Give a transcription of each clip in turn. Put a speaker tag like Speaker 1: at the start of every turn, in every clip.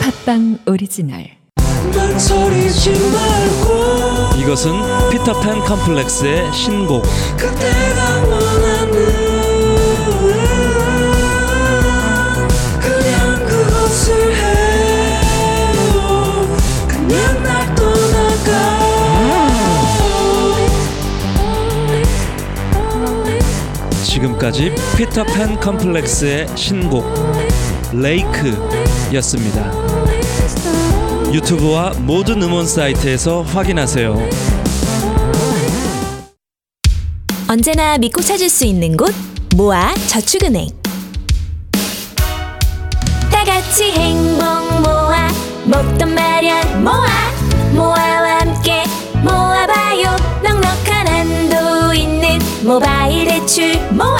Speaker 1: 팟빵 오리지널
Speaker 2: 망설이지 말고
Speaker 3: 이것은 피터팬 컴플렉스의 신곡
Speaker 2: 그때가 원하는 그냥 그것을 해요 그냥 날 떠나가
Speaker 3: 지금까지 피터팬 컴플렉스의 신곡 레이크였습니다 유튜브와 모든 음원 사이트에서 확인하세요
Speaker 4: 언제나 믿고 찾을 수 있는 곳 모아 저축은행 다 같이 행복 모아 먹던 마련 모아 모아와 함께 모아봐요 넉넉한 한도 있는 모바일 대출 모아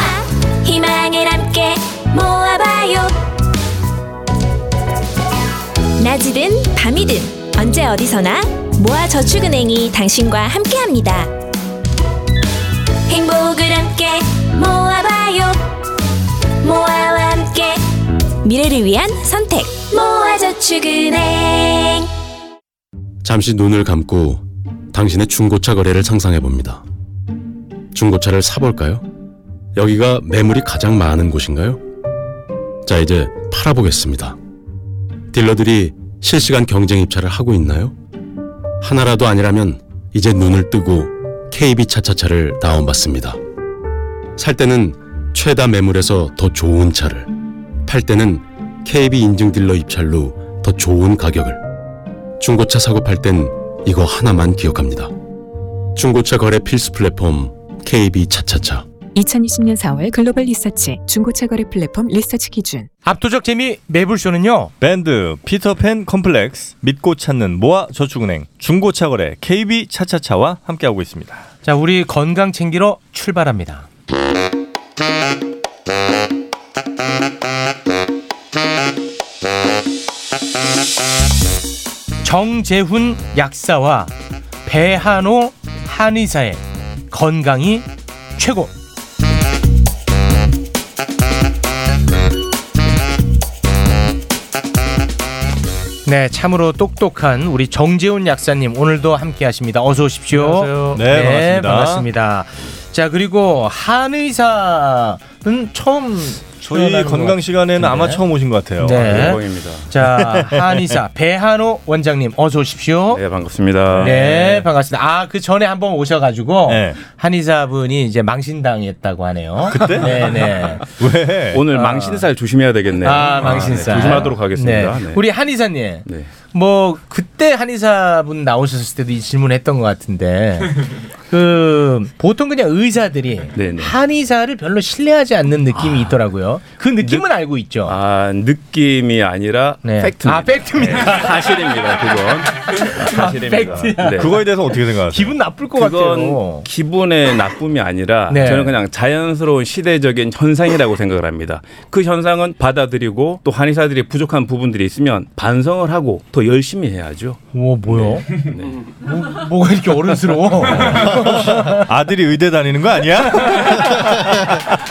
Speaker 4: 희망을 함께 모아봐요 낮이든 밤이든 언제 어디서나 모아 저축은행이 당신과 함께합니다. 행복을 함께 모아봐요 모아와 함께 미래를 위한 선택 모아저축은행
Speaker 5: 잠시 눈을 감고 당신의 중고차 거래를 상상해 봅니다. 중고차를 사볼까요? 여기가 매물이 가장 많은 곳인가요? 자, 이제 팔아보겠습니다. 딜러들이 실시간 경쟁 입찰을 하고 있나요? 하나라도 아니라면 이제 눈을 뜨고 KB 차차차를 다운받습니다. 살 때는 최다 매물에서 더 좋은 차를, 팔 때는 KB 인증 딜러 입찰로 더 좋은 가격을, 중고차 사고 팔 땐 이거 하나만 기억합니다. 중고차 거래 필수 플랫폼 KB 차차차.
Speaker 1: 2020년 4월 글로벌 리서치 중고차 거래 플랫폼 리서치 기준
Speaker 6: 압도적 재미 매불쇼는요.
Speaker 7: 밴드 피터팬 컴플렉스 믿고 찾는 모아 저축은행 중고차 거래 KB 차차차와 함께하고 있습니다.
Speaker 6: 자, 우리 건강 챙기러 출발합니다. 정재훈 약사와 배한호 한의사의 건강이 최고. 네, 참으로 똑똑한 우리 정재훈 약사님 오늘도 함께 하십니다. 어서 오십시오.
Speaker 7: 네, 반갑습니다.
Speaker 6: 반갑습니다. 자, 그리고 한의사는 처음
Speaker 7: 저희
Speaker 6: 출연하는 것
Speaker 7: 건강 시간에는 아마
Speaker 6: 네.
Speaker 7: 처음 오신 것 같아요.
Speaker 8: 어,
Speaker 6: 네.
Speaker 8: 영광입니다.
Speaker 6: 자 한의사 배한호 원장님 어서 오십시오.
Speaker 8: 네 반갑습니다. 예.
Speaker 6: 네 반갑습니다. 아 그 전에 한번 오셔가지고
Speaker 7: 네.
Speaker 6: 한의사분이 이제 망신당했다고
Speaker 8: 아,
Speaker 6: 하네요.
Speaker 7: 그때?
Speaker 6: 네네.
Speaker 7: 왜?
Speaker 8: 오늘 망신살 조심해야 되겠네요.
Speaker 6: 아 망신사.
Speaker 8: 네, 조심하도록 하겠습니다. 네.
Speaker 6: 우리 한의사님.
Speaker 8: 네.
Speaker 6: 뭐 그때 한의사분 나오셨을 때도 이 질문했던 것 같은데 그 보통 그냥 의사들이
Speaker 8: 네, 네.
Speaker 6: 한의사를 별로 신뢰하지 않는 느낌이 있더라고요. 그 느낌은 알고 있죠.
Speaker 8: 아 느낌이 아니라
Speaker 6: 네.
Speaker 8: 팩트입니다.
Speaker 6: 아, 팩트입니다. 아,
Speaker 8: 네, 사실입니다. 그건 사실입니다.
Speaker 6: 팩트야.
Speaker 8: 네.
Speaker 7: 그거에 대해서 어떻게 생각하세요?
Speaker 6: 기분 나쁠 것 같아요.
Speaker 8: 그건 기분의 나쁨이 아니라
Speaker 6: 네.
Speaker 8: 저는 그냥 자연스러운 시대적인 현상이라고 생각을 합니다. 그 현상은 받아들이고 또 한의사들이 부족한 부분들이 있으면 반성을 하고 더 열심히 해야죠.
Speaker 6: 오 뭐요? 뭐, 뭐가 이렇게 어른스러워?
Speaker 7: 아들이 의대 다니는 거 아니야?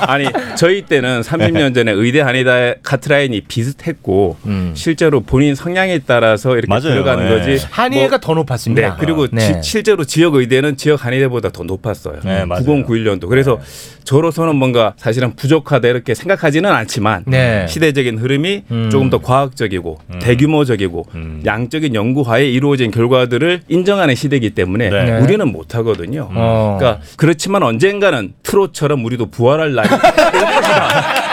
Speaker 8: 아니 저희 때는 30년 전에 의대 한의대 카트라인이 비슷했고
Speaker 6: 음.
Speaker 8: 실제로 본인 성향에 따라서 이렇게
Speaker 7: 맞아요.
Speaker 8: 들어간
Speaker 7: 네.
Speaker 8: 거지.
Speaker 6: 한의회가
Speaker 8: 뭐,
Speaker 6: 더
Speaker 8: 네
Speaker 6: 높았습니다.
Speaker 8: 그리고
Speaker 6: 네.
Speaker 8: 지- 실제로 지역 의대는 지역 한의대보다 더 높았어요.
Speaker 7: 네, 맞아요.
Speaker 8: 9091년도. 그래서
Speaker 6: 네.
Speaker 8: 저로서는 뭔가 사실은 부족하다 이렇게 생각하지는 않지만
Speaker 6: 네.
Speaker 8: 시대적인 흐름이
Speaker 6: 음.
Speaker 8: 조금 더 과학적이고 대규모적이고
Speaker 7: 음.
Speaker 8: 양적인 연구하에 이루어진 결과들을 인정하는 시대이기 때문에
Speaker 7: 네.
Speaker 8: 우리는 못하거든요.
Speaker 6: 어.
Speaker 8: 그러니까 그렇지만 언젠가는 트롯처럼 우리도 부활할 날이 올 것이다.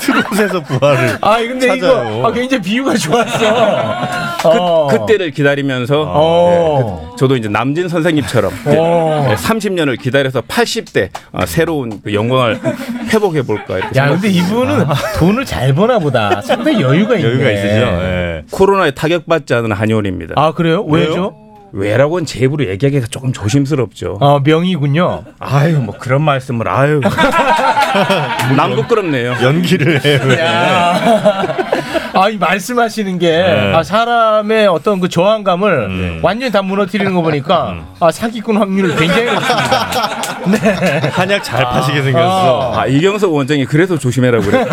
Speaker 7: 트롯에서 부활을.
Speaker 6: 아 근데
Speaker 7: 찾아요.
Speaker 6: 이거 아, 굉장히 비유가 좋았어. 어.
Speaker 8: 그, 그때를 기다리면서 네, 그
Speaker 6: 어.
Speaker 8: 저도 이제 남진 선생님처럼
Speaker 6: 어.
Speaker 8: 30년을 기다려서 80대 아, 새로운 그 영광을 회복해 볼까 이렇게
Speaker 6: 야
Speaker 8: 생각-
Speaker 6: 근데 이분은 돈을 잘 버나 보다. 상당히 여유가 있네.
Speaker 7: 여유가 있으죠. 예.
Speaker 8: 코로나에 타격받지 않은 한의원입니다.
Speaker 6: 아 그래요? 왜죠?
Speaker 8: 왜라고는 제 입으로 얘기하기가 조금 조심스럽죠.
Speaker 6: 어, 명이군요.
Speaker 8: 아. 아유 뭐 그런 말씀을 아유 남 부끄럽네요.
Speaker 7: 연기를 해. 왜.
Speaker 6: 아, 이 말씀하시는 게
Speaker 7: 네.
Speaker 6: 아, 사람의 어떤 그 저항감을
Speaker 7: 음.
Speaker 6: 완전히 다 무너뜨리는 거 보니까 아, 사기꾼 확률 굉장히 높습니다. 네.
Speaker 7: 한약 잘 파시게 생겼어.
Speaker 8: 아 이경석 원장이 그래서 조심해라 그래.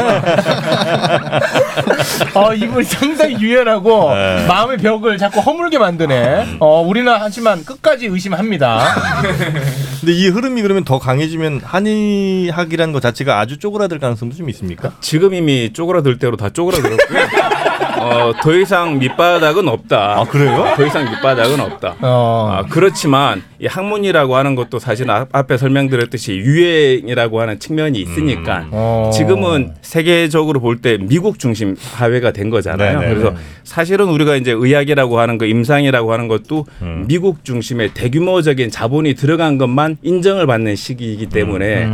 Speaker 6: 어, 이분 상당히 유연하고
Speaker 7: 네.
Speaker 6: 마음의 벽을 자꾸 허물게 만드네. 어, 우리는 하지만 끝까지 의심합니다.
Speaker 7: 근데 이 흐름이 그러면 더 강해지면 한의학이라는 것 자체가 아주 쪼그라들 가능성도 좀 있습니까?
Speaker 8: 지금 이미 쪼그라들 대로 다 쪼그라들었고요. 어, 더 이상 밑바닥은 없다.
Speaker 7: 아, 그래요?
Speaker 8: 더 이상 밑바닥은 없다.
Speaker 6: 어.
Speaker 8: 아, 그렇지만 이 학문이라고 하는 것도 사실 앞, 앞에 설명드렸듯이 유행이라고 하는 측면이 있으니까
Speaker 7: 음.
Speaker 6: 어.
Speaker 8: 지금은 세계적으로 볼 때 미국 중심 사회가 된 거잖아요.
Speaker 7: 네네.
Speaker 8: 그래서 사실은 우리가 이제 의학이라고 하는 거 임상이라고 하는 것도
Speaker 7: 음.
Speaker 8: 미국 중심의 대규모적인 자본이 들어간 것만 인정을 받는 시기이기
Speaker 7: 음.
Speaker 8: 때문에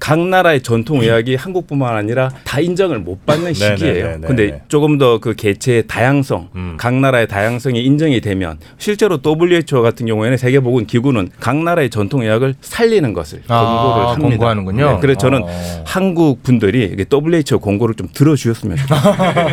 Speaker 8: 각 나라의 전통 의학이 한국뿐만 아니라 다 인정을 못 받는
Speaker 7: 네네네네. 음.
Speaker 8: 시기예요. 근데 조금 더 그 개체의 다양성, 각 나라의 다양성이 인정이 되면 실제로 WHO 같은 경우에는 세계보건 기구는 각 나라의 전통 의학을 살리는 것을
Speaker 6: 아,
Speaker 8: 권고를 합니다.
Speaker 6: 권고하는군요.
Speaker 8: 네, 그래서 저는
Speaker 6: 어.
Speaker 8: 한국 분들이 이게 WHO 권고를 좀 들어주셨으면 좋겠어요.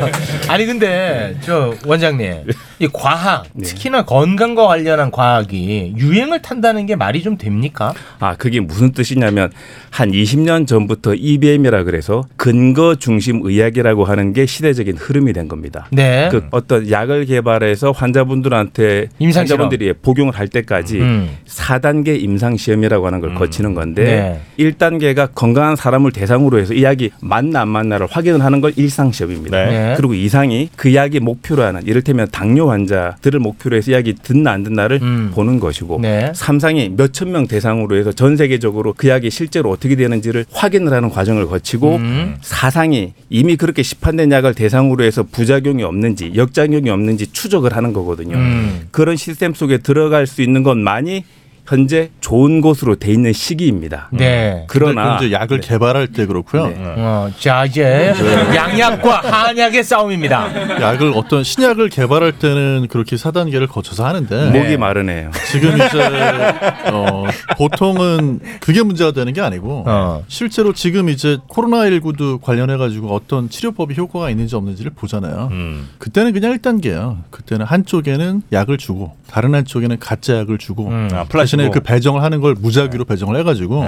Speaker 6: 아니 근데 저 원장님 이 과학
Speaker 7: 네.
Speaker 6: 특히나 건강과 관련한 과학이 유행을 탄다는 게 말이 좀 됩니까?
Speaker 8: 아 그게 무슨 뜻이냐면 한 20년 전부터 EBM이라 그래서 근거 중심 의학이라고 하는 게 시대적인 흐름이 된 겁니다.
Speaker 6: 네.
Speaker 8: 그 어떤 약을 개발해서 환자분들한테
Speaker 6: 임상 실험.
Speaker 8: 환자분들이 복용을 할 때까지
Speaker 6: 음.
Speaker 8: 4단계 임상 시험이라고 하는 걸 거치는
Speaker 6: 네.
Speaker 8: 건데 일 1단계가 건강한 사람을 대상으로 해서 이 약이 맞나 안 맞나를 확인을 하는 걸 일상 시험입니다.
Speaker 7: 네.
Speaker 6: 네.
Speaker 8: 그리고 이상이 그 약이 목표로 하는 이를테면 당뇨 환자들을 목표로 해서 약이 듣나 안 듣나를
Speaker 6: 음.
Speaker 8: 보는 것이고
Speaker 6: 네.
Speaker 8: 삼상이 몇천 명 대상으로 해서 전 세계적으로 그 약이 실제로 어떻게 되는지를 확인을 하는 과정을 거치고
Speaker 6: 음.
Speaker 7: 음.
Speaker 8: 사상이 이미 그렇게 시판된 약을 대상으로 해서 부작용이 없는지 역작용이 없는지 추적을 하는 거거든요.
Speaker 6: 음.
Speaker 8: 그런 시스템 속에 들어갈 수 있는 것만이 현재 좋은 곳으로 돼 있는 시기입니다.
Speaker 6: 네.
Speaker 8: 그러나
Speaker 9: 이제 약을 개발할 때 그렇고요.
Speaker 6: 어, 자 이제
Speaker 8: 네.
Speaker 6: 양약과 한약의 싸움입니다.
Speaker 9: 약을 어떤 신약을 개발할 때는 그렇게 4단계를 거쳐서 하는데
Speaker 8: 목이 마르네요.
Speaker 9: 지금 이제 어, 보통은 그게 문제가 되는 게 아니고
Speaker 6: 어.
Speaker 9: 실제로 지금 이제 코로나19도 관련해 가지고 어떤 치료법이 효과가 있는지 없는지를 보잖아요.
Speaker 7: 음.
Speaker 9: 그때는 그냥 1단계예요. 그때는 한쪽에는 약을 주고 다른 한쪽에는 가짜 약을 주고
Speaker 6: 음.
Speaker 8: 음,
Speaker 7: 아,
Speaker 9: 자신의
Speaker 7: 플라시보.
Speaker 9: 그 배정을 하는 걸 무작위로
Speaker 7: 네.
Speaker 9: 배정을 해가지고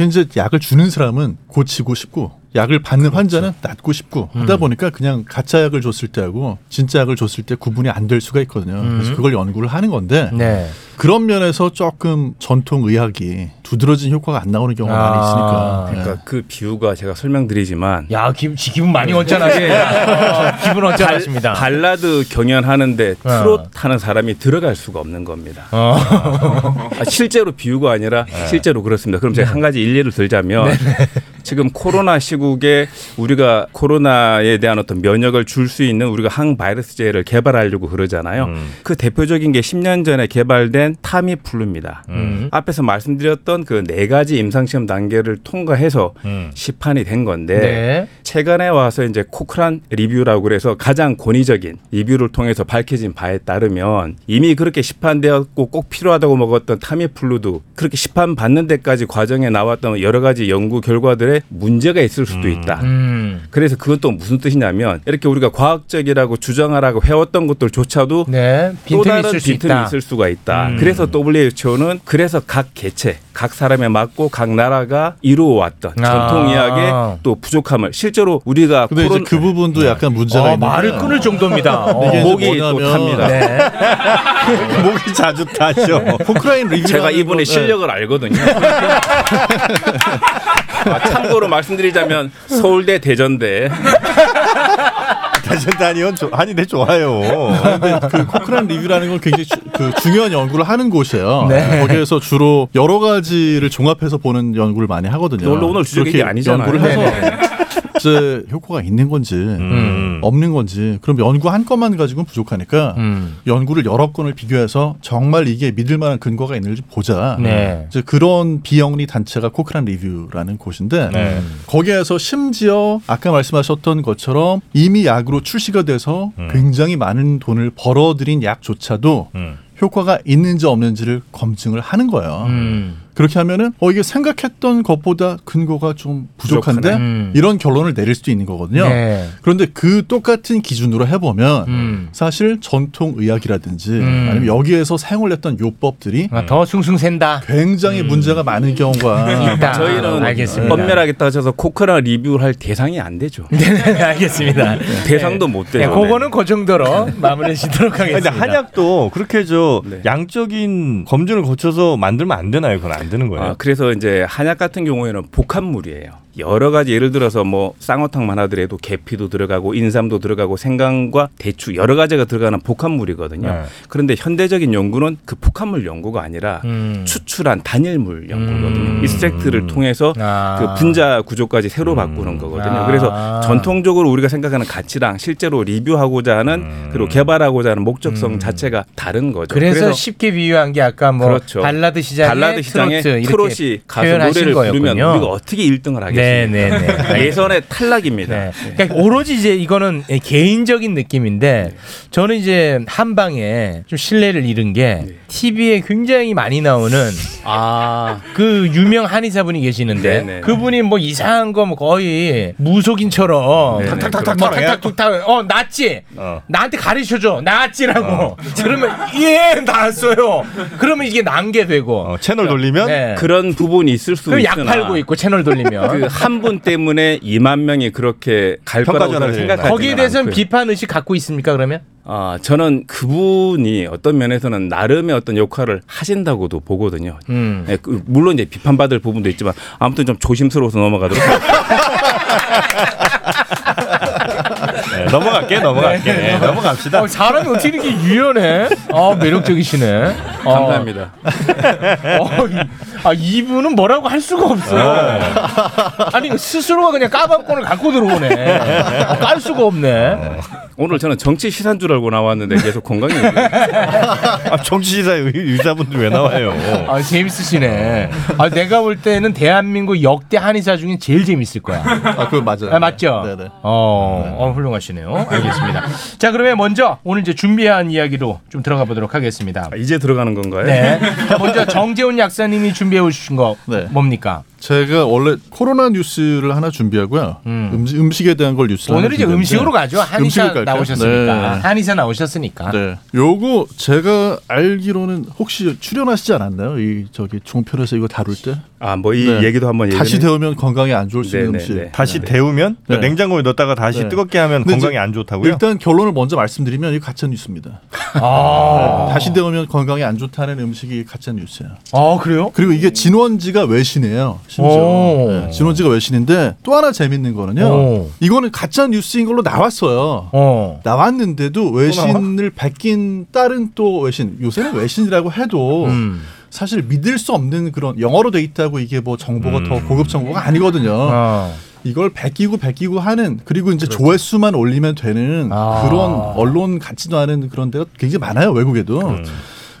Speaker 9: 이제 약을 주는 사람은 고치고 싶고 약을 받는
Speaker 7: 그렇죠.
Speaker 9: 환자는 낫고 싶고 하다
Speaker 7: 음.
Speaker 9: 보니까 그냥 가짜 약을 줬을 때하고 진짜 약을 줬을 때 구분이 안 될 수가 있거든요.
Speaker 7: 음.
Speaker 9: 그래서 그걸 연구를 하는 건데
Speaker 6: 네.
Speaker 9: 그런 면에서 조금 전통 의학이 두드러진 효과가 안 나오는 경우가 많이
Speaker 6: 아,
Speaker 9: 있으니까. 예.
Speaker 8: 그러니까 그 비유가 제가 설명드리지만
Speaker 6: 야 기분 지 기분 많이 언짢아십니다. 어, 기분 언짢아십니다.
Speaker 8: 네. 그러니까 발라드 경연하는데 트롯 하는 사람이 들어갈 수가 없는 겁니다.
Speaker 6: 어. 네.
Speaker 8: 아, 실제로 비유가 아니라 실제로 그렇습니다. 그럼 제가 한 가지 일례를 들자면 지금 코로나 시국에 우리가 코로나에 대한 어떤 면역을 줄 수 있는 우리가 항바이러스제를 개발하려고 그러잖아요.
Speaker 6: 음.
Speaker 8: 그 대표적인 게 10년 전에 개발된 타미플루입니다.
Speaker 6: 음.
Speaker 8: 앞에서 말씀드렸던 그 네 가지 임상시험 단계를 통과해서 시판이 된 건데
Speaker 6: 음. 네.
Speaker 8: 최근에 와서 이제 코크란 리뷰라고 그래서 가장 권위적인 리뷰를 통해서 밝혀진 바에 따르면 이미 그렇게 시판되었고 꼭 필요하다고 먹었던 타미플루도 그렇게 시판 받는 데까지 과정에 나왔던 여러 가지 연구 결과들에 문제가 있을 수도 있다.
Speaker 6: 음.
Speaker 8: 그래서 그건 또 무슨 뜻이냐면 이렇게 우리가 과학적이라고 주장하라고 해왔던 것들조차도
Speaker 6: 네.
Speaker 8: 또
Speaker 6: 빈틈이
Speaker 8: 다른
Speaker 6: 있을 수
Speaker 8: 빈틈이
Speaker 6: 있다. 음.
Speaker 8: 있을 수가 있다. 그래서 WHO는 그래서 각 개체, 각 사람에 맞고 각 나라가 이루어왔던
Speaker 6: 아.
Speaker 8: 전통 의학의 또 부족함을 실제로 우리가
Speaker 9: 근데 이제
Speaker 8: 코로나-
Speaker 9: 그
Speaker 7: 네.
Speaker 9: 부분도 약간 문제가
Speaker 7: 아,
Speaker 6: 어,
Speaker 9: 있는
Speaker 6: 말을
Speaker 9: 게
Speaker 6: 끊을 정도입니다.
Speaker 8: 네.
Speaker 6: 어.
Speaker 9: 이게
Speaker 8: 목이
Speaker 9: 뭐냐면
Speaker 8: 또 탑니다.
Speaker 6: 네.
Speaker 7: 목이 자주 타죠.
Speaker 9: 포크라인 리뷰
Speaker 8: 제가
Speaker 9: 네.
Speaker 8: 이분의 실력을 알거든요. 아, 참고로 말씀드리자면 서울대 대전대
Speaker 7: 다시 다니언 한의대 좋아요. 어.
Speaker 9: 그 코크란 리뷰라는 건 굉장히 주- 그 중요한 연구를 하는 곳이에요.
Speaker 6: 네.
Speaker 9: 거기에서 주로 여러 가지를 종합해서 보는 연구를 많이
Speaker 6: 네.
Speaker 9: 하거든요.
Speaker 8: 원래 오늘 주제가
Speaker 9: 그렇게
Speaker 8: 이게 아니잖아요.
Speaker 9: 연구를
Speaker 6: 네네.
Speaker 9: 해서 이제 효과가 있는 건지
Speaker 7: 음.
Speaker 9: 없는 건지 그럼 연구 한 건만 가지고는 부족하니까
Speaker 6: 음.
Speaker 9: 연구를 여러 건을 비교해서 정말 이게 믿을 만한 근거가 있는지 보자.
Speaker 6: 네.
Speaker 9: 이제 그런 비영리 단체가 코크란 리뷰라는 곳인데
Speaker 7: 네.
Speaker 9: 거기에서 심지어 아까 말씀하셨던 것처럼
Speaker 10: 음.
Speaker 9: 이미 약으로 출시가 돼서 굉장히 많은 돈을 벌어들인 약조차도
Speaker 7: 음.
Speaker 9: 효과가 있는지 없는지를 검증을 하는 거예요.
Speaker 10: 음.
Speaker 9: 그렇게 하면은 어 이게 생각했던 것보다 근거가 좀 부족한데
Speaker 10: 부족하네. 음.
Speaker 9: 이런 결론을 내릴 수도 있는 거거든요.
Speaker 10: 네.
Speaker 9: 그런데 그 똑같은 기준으로 해보면
Speaker 10: 음.
Speaker 9: 사실 전통 의학이라든지
Speaker 10: 음.
Speaker 9: 아니면 여기에서 사용을 했던 요법들이
Speaker 6: 아,
Speaker 8: 음.
Speaker 6: 더 숭숭샌다.
Speaker 9: 굉장히 문제가 많은 경우가
Speaker 6: 있다.
Speaker 8: 저희는
Speaker 10: 알겠습니다.
Speaker 8: 뻔멸하겠다 하셔서 코크랑 리뷰를 할 대상이 안 되죠.
Speaker 10: 네네 알겠습니다.
Speaker 8: 대상도 못
Speaker 6: 네,
Speaker 8: 돼요.
Speaker 6: 그거는 그 정도로 마무리해 주도록
Speaker 7: 근데
Speaker 6: 하겠습니다.
Speaker 7: 한약도 그렇게 저
Speaker 8: 네.
Speaker 7: 양적인 검증을 거쳐서 만들면 안 되나요? 그건 안 되는 거예요.
Speaker 8: 아, 그래서 이제 한약 같은 경우에는 복합물이에요. 여러 가지 예를 들어서 뭐 쌍어탕만 하더라도 계피도 들어가고 인삼도 들어가고 생강과 대추 여러 가지가 들어가는 복합물이거든요.
Speaker 7: 네.
Speaker 8: 그런데 현대적인 연구는 그 복합물 연구가 아니라
Speaker 10: 음.
Speaker 8: 추출한 단일물 연구거든요.
Speaker 10: 음.
Speaker 8: 이스펙트를 통해서
Speaker 6: 아.
Speaker 8: 그 분자 구조까지 새로 바꾸는 거거든요.
Speaker 6: 아.
Speaker 8: 그래서 전통적으로 우리가 생각하는 가치랑 실제로 리뷰하고자 하는 그리고 개발하고자 하는 목적성 자체가 다른 거죠.
Speaker 6: 그래서, 쉽게 비유한 게 아까 뭐
Speaker 8: 그렇죠.
Speaker 6: 발라드 시장에
Speaker 8: 발라드 시장에
Speaker 6: 트로트 이렇게
Speaker 8: 트롯이 가수
Speaker 6: 표현하신
Speaker 8: 노래를 부르면
Speaker 6: 거였군요.
Speaker 8: 우리가 어떻게 1등을 하겠습니까?
Speaker 6: 네네네.
Speaker 8: 예선의 탈락입니다.
Speaker 6: 네. 그러니까 오로지 이제 이거는 예, 개인적인
Speaker 8: 네.
Speaker 6: 느낌인데 저는 이제 한방에 좀 신뢰를 잃은 게
Speaker 8: 네.
Speaker 6: TV에 굉장히 많이 나오는
Speaker 8: 아,
Speaker 6: 그 유명 한의사분이 계시는데
Speaker 8: 네네.
Speaker 6: 그분이 뭐 이상한 거 뭐 거의 무속인처럼
Speaker 8: 네네.
Speaker 6: 탁탁탁탁 뭐 탁탁탁탁 어 낫지
Speaker 7: 어.
Speaker 6: 나한테 가르쳐줘 낫지라고
Speaker 8: 어.
Speaker 6: 그러면 예 나았어요 그러면 이게 난게 되고
Speaker 7: 어, 채널 돌리면
Speaker 6: 아, 네.
Speaker 8: 그런 부분이 있을 수
Speaker 6: 그럼
Speaker 8: 있으나
Speaker 6: 약 팔고 있고 채널 돌리면
Speaker 8: 그 한 분 때문에 2만 명이 그렇게 갈
Speaker 7: 평가
Speaker 8: 거라고
Speaker 7: 전환을
Speaker 8: 저는 생각하지
Speaker 6: 거기에
Speaker 8: 그
Speaker 6: 대해서는 비판 의식 갖고 있습니까 그러면?
Speaker 8: 아, 저는 그분이 어떤 면에서는 나름의 어떤 역할을 하신다고도 보거든요.
Speaker 6: 음.
Speaker 8: 예, 그 물론 이제 비판받을 부분도 있지만 아무튼 좀 조심스러워서 넘어가도록 하겠습니다.
Speaker 7: 네, 넘어갈게 넘어갈게 네, 넘어갑시다.
Speaker 6: 어, 사람이 어떻게 이렇게 유연해? 아 매력적이시네. 어.
Speaker 8: 감사합니다.
Speaker 6: 어, 이- 아 이분은 뭐라고 할 수가 없어.
Speaker 8: 네.
Speaker 6: 아니 스스로가 그냥 까방권을 갖고 들어오네. 어, 깔 수가 없네.
Speaker 8: 오늘 저는 정치 시사인 줄 알고 나왔는데 계속 건강이
Speaker 7: 아, 정치시사 의- 의사분들 왜 나와요?
Speaker 6: 아 재밌으시네. 아 내가 볼 때는 대한민국 역대 한의사 중에 제일 재밌을 거야.
Speaker 9: 아, 그거 맞아요.
Speaker 6: 아, 맞죠?
Speaker 9: 네네.
Speaker 6: 어, 어, 훌륭하시네요. 알겠습니다. 자 그러면 먼저 오늘 이제 준비한 이야기로 좀 들어가 보도록 하겠습니다.
Speaker 8: 아, 이제 들어가는 건가요?
Speaker 6: 네. 자, 먼저 정재훈 약사님이 준비해 오신 거
Speaker 9: 네.
Speaker 6: 뭡니까?
Speaker 9: 제가 원래 코로나 뉴스를 하나 준비하고요. 음. 식 음식에 대한 걸 뉴스를
Speaker 6: 오늘
Speaker 9: 하나
Speaker 6: 이제
Speaker 9: 준비했는데
Speaker 6: 음식으로 가죠. 한의사
Speaker 9: 네. 음식을 갈까요?
Speaker 6: 나오셨으니까.
Speaker 9: 네.
Speaker 6: 한의사 나오셨으니까.
Speaker 9: 네. 요거 제가 알기로는 혹시 출연하시지 않았나요? 이 저기 종편에서 이거 다룰 때
Speaker 8: 아, 뭐 이
Speaker 9: 네.
Speaker 8: 얘기도 한번
Speaker 9: 다시
Speaker 8: 얘기해.
Speaker 9: 데우면 건강에 안 좋을 수 있는
Speaker 8: 네, 네,
Speaker 9: 음식.
Speaker 8: 네.
Speaker 7: 다시 데우면
Speaker 9: 네.
Speaker 7: 냉장고에 넣었다가 다시
Speaker 9: 네.
Speaker 7: 뜨겁게 하면
Speaker 9: 근데 이제
Speaker 7: 건강에 안 좋다고요?
Speaker 9: 일단 결론을 먼저 말씀드리면 이 가짜 뉴스입니다.
Speaker 8: 아.
Speaker 9: 네, 다시 데우면 건강에 안 좋다는 음식이 가짜 뉴스예요.
Speaker 6: 아 그래요?
Speaker 9: 그리고 이게 진원지가 외신이에요. 심지어
Speaker 6: 오.
Speaker 9: 네, 진원지가 외신인데 또 하나 재밌는 거는요.
Speaker 6: 오.
Speaker 9: 이거는 가짜 뉴스인 걸로 나왔어요.
Speaker 6: 어.
Speaker 9: 나왔는데도 외신을 베낀 다른 또 외신 요새는 외신이라고 해도
Speaker 6: 음.
Speaker 9: 사실 믿을 수 없는 그런 영어로 돼 있다고 이게 뭐 정보가 더 고급 정보가 아니거든요.
Speaker 6: 어.
Speaker 9: 이걸 베끼고 베끼고 하는 그리고 이제 조회수만 올리면 되는
Speaker 6: 아.
Speaker 9: 그런 언론 같지도 않은 그런 데가 굉장히 많아요 외국에도.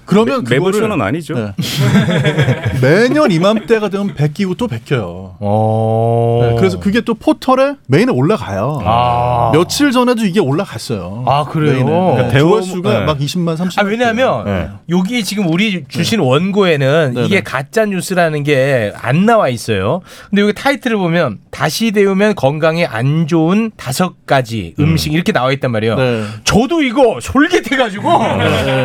Speaker 9: 그러면
Speaker 8: 매번
Speaker 9: 그거를
Speaker 8: 쇼는 아니죠.
Speaker 9: 네. 매년 이맘때가 되면 베끼고 또 베껴요.
Speaker 6: 어.
Speaker 9: 네, 그래서 그게 또 포털에 메인에 올라가요.
Speaker 6: 아.
Speaker 9: 며칠 전에도 이게 올라갔어요.
Speaker 6: 아, 그래요?
Speaker 9: 메인에.
Speaker 6: 그러니까
Speaker 9: 네,
Speaker 7: 대원-
Speaker 9: 조회수가
Speaker 7: 네.
Speaker 9: 막 20만 30만.
Speaker 6: 아 왜냐하면 여기 지금 우리 주신 원고에는
Speaker 9: 네. 네네.
Speaker 6: 이게 가짜 뉴스라는 게 안 나와 있어요. 근데 여기 타이틀을 보면 다시 데우면 건강에 안 좋은 다섯 가지 음식 이렇게 나와 있단 말이에요.
Speaker 9: 네.
Speaker 6: 저도 이거 솔깃해가지고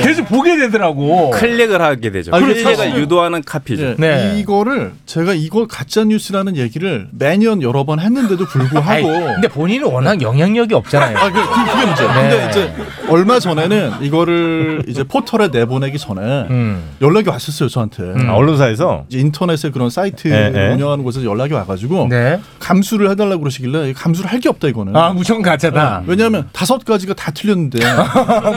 Speaker 6: 계속 보게 되더라고.
Speaker 8: 클릭을 하게 되죠.
Speaker 9: 아, 그렇죠.
Speaker 8: 클릭을 유도하는 카피죠.
Speaker 9: 예,
Speaker 6: 네.
Speaker 9: 이거를 제가 이걸 가짜 뉴스라는 얘기를 매년 여러 번 했는데도
Speaker 6: 아이,
Speaker 9: 불구하고
Speaker 6: 근데 본인은 워낙 영향력이 없잖아요.
Speaker 9: 아, 그, 그, 그게 문제.
Speaker 6: 네.
Speaker 9: 근데 이제 얼마 전에는 이거를 이제 포털에 내보내기 전에
Speaker 6: 음.
Speaker 9: 연락이 왔었어요 저한테.
Speaker 7: 아, 언론사에서
Speaker 9: 이제 인터넷에 그런 사이트
Speaker 7: 네, 네.
Speaker 9: 운영하는 곳에서 연락이 와가지고
Speaker 6: 네.
Speaker 9: 감수를 해달라고 그러시길래 감수를 할 게 없다 이거는.
Speaker 6: 아 무조건 가짜다. 아,
Speaker 9: 왜냐하면 다섯 가지가 다 틀렸는데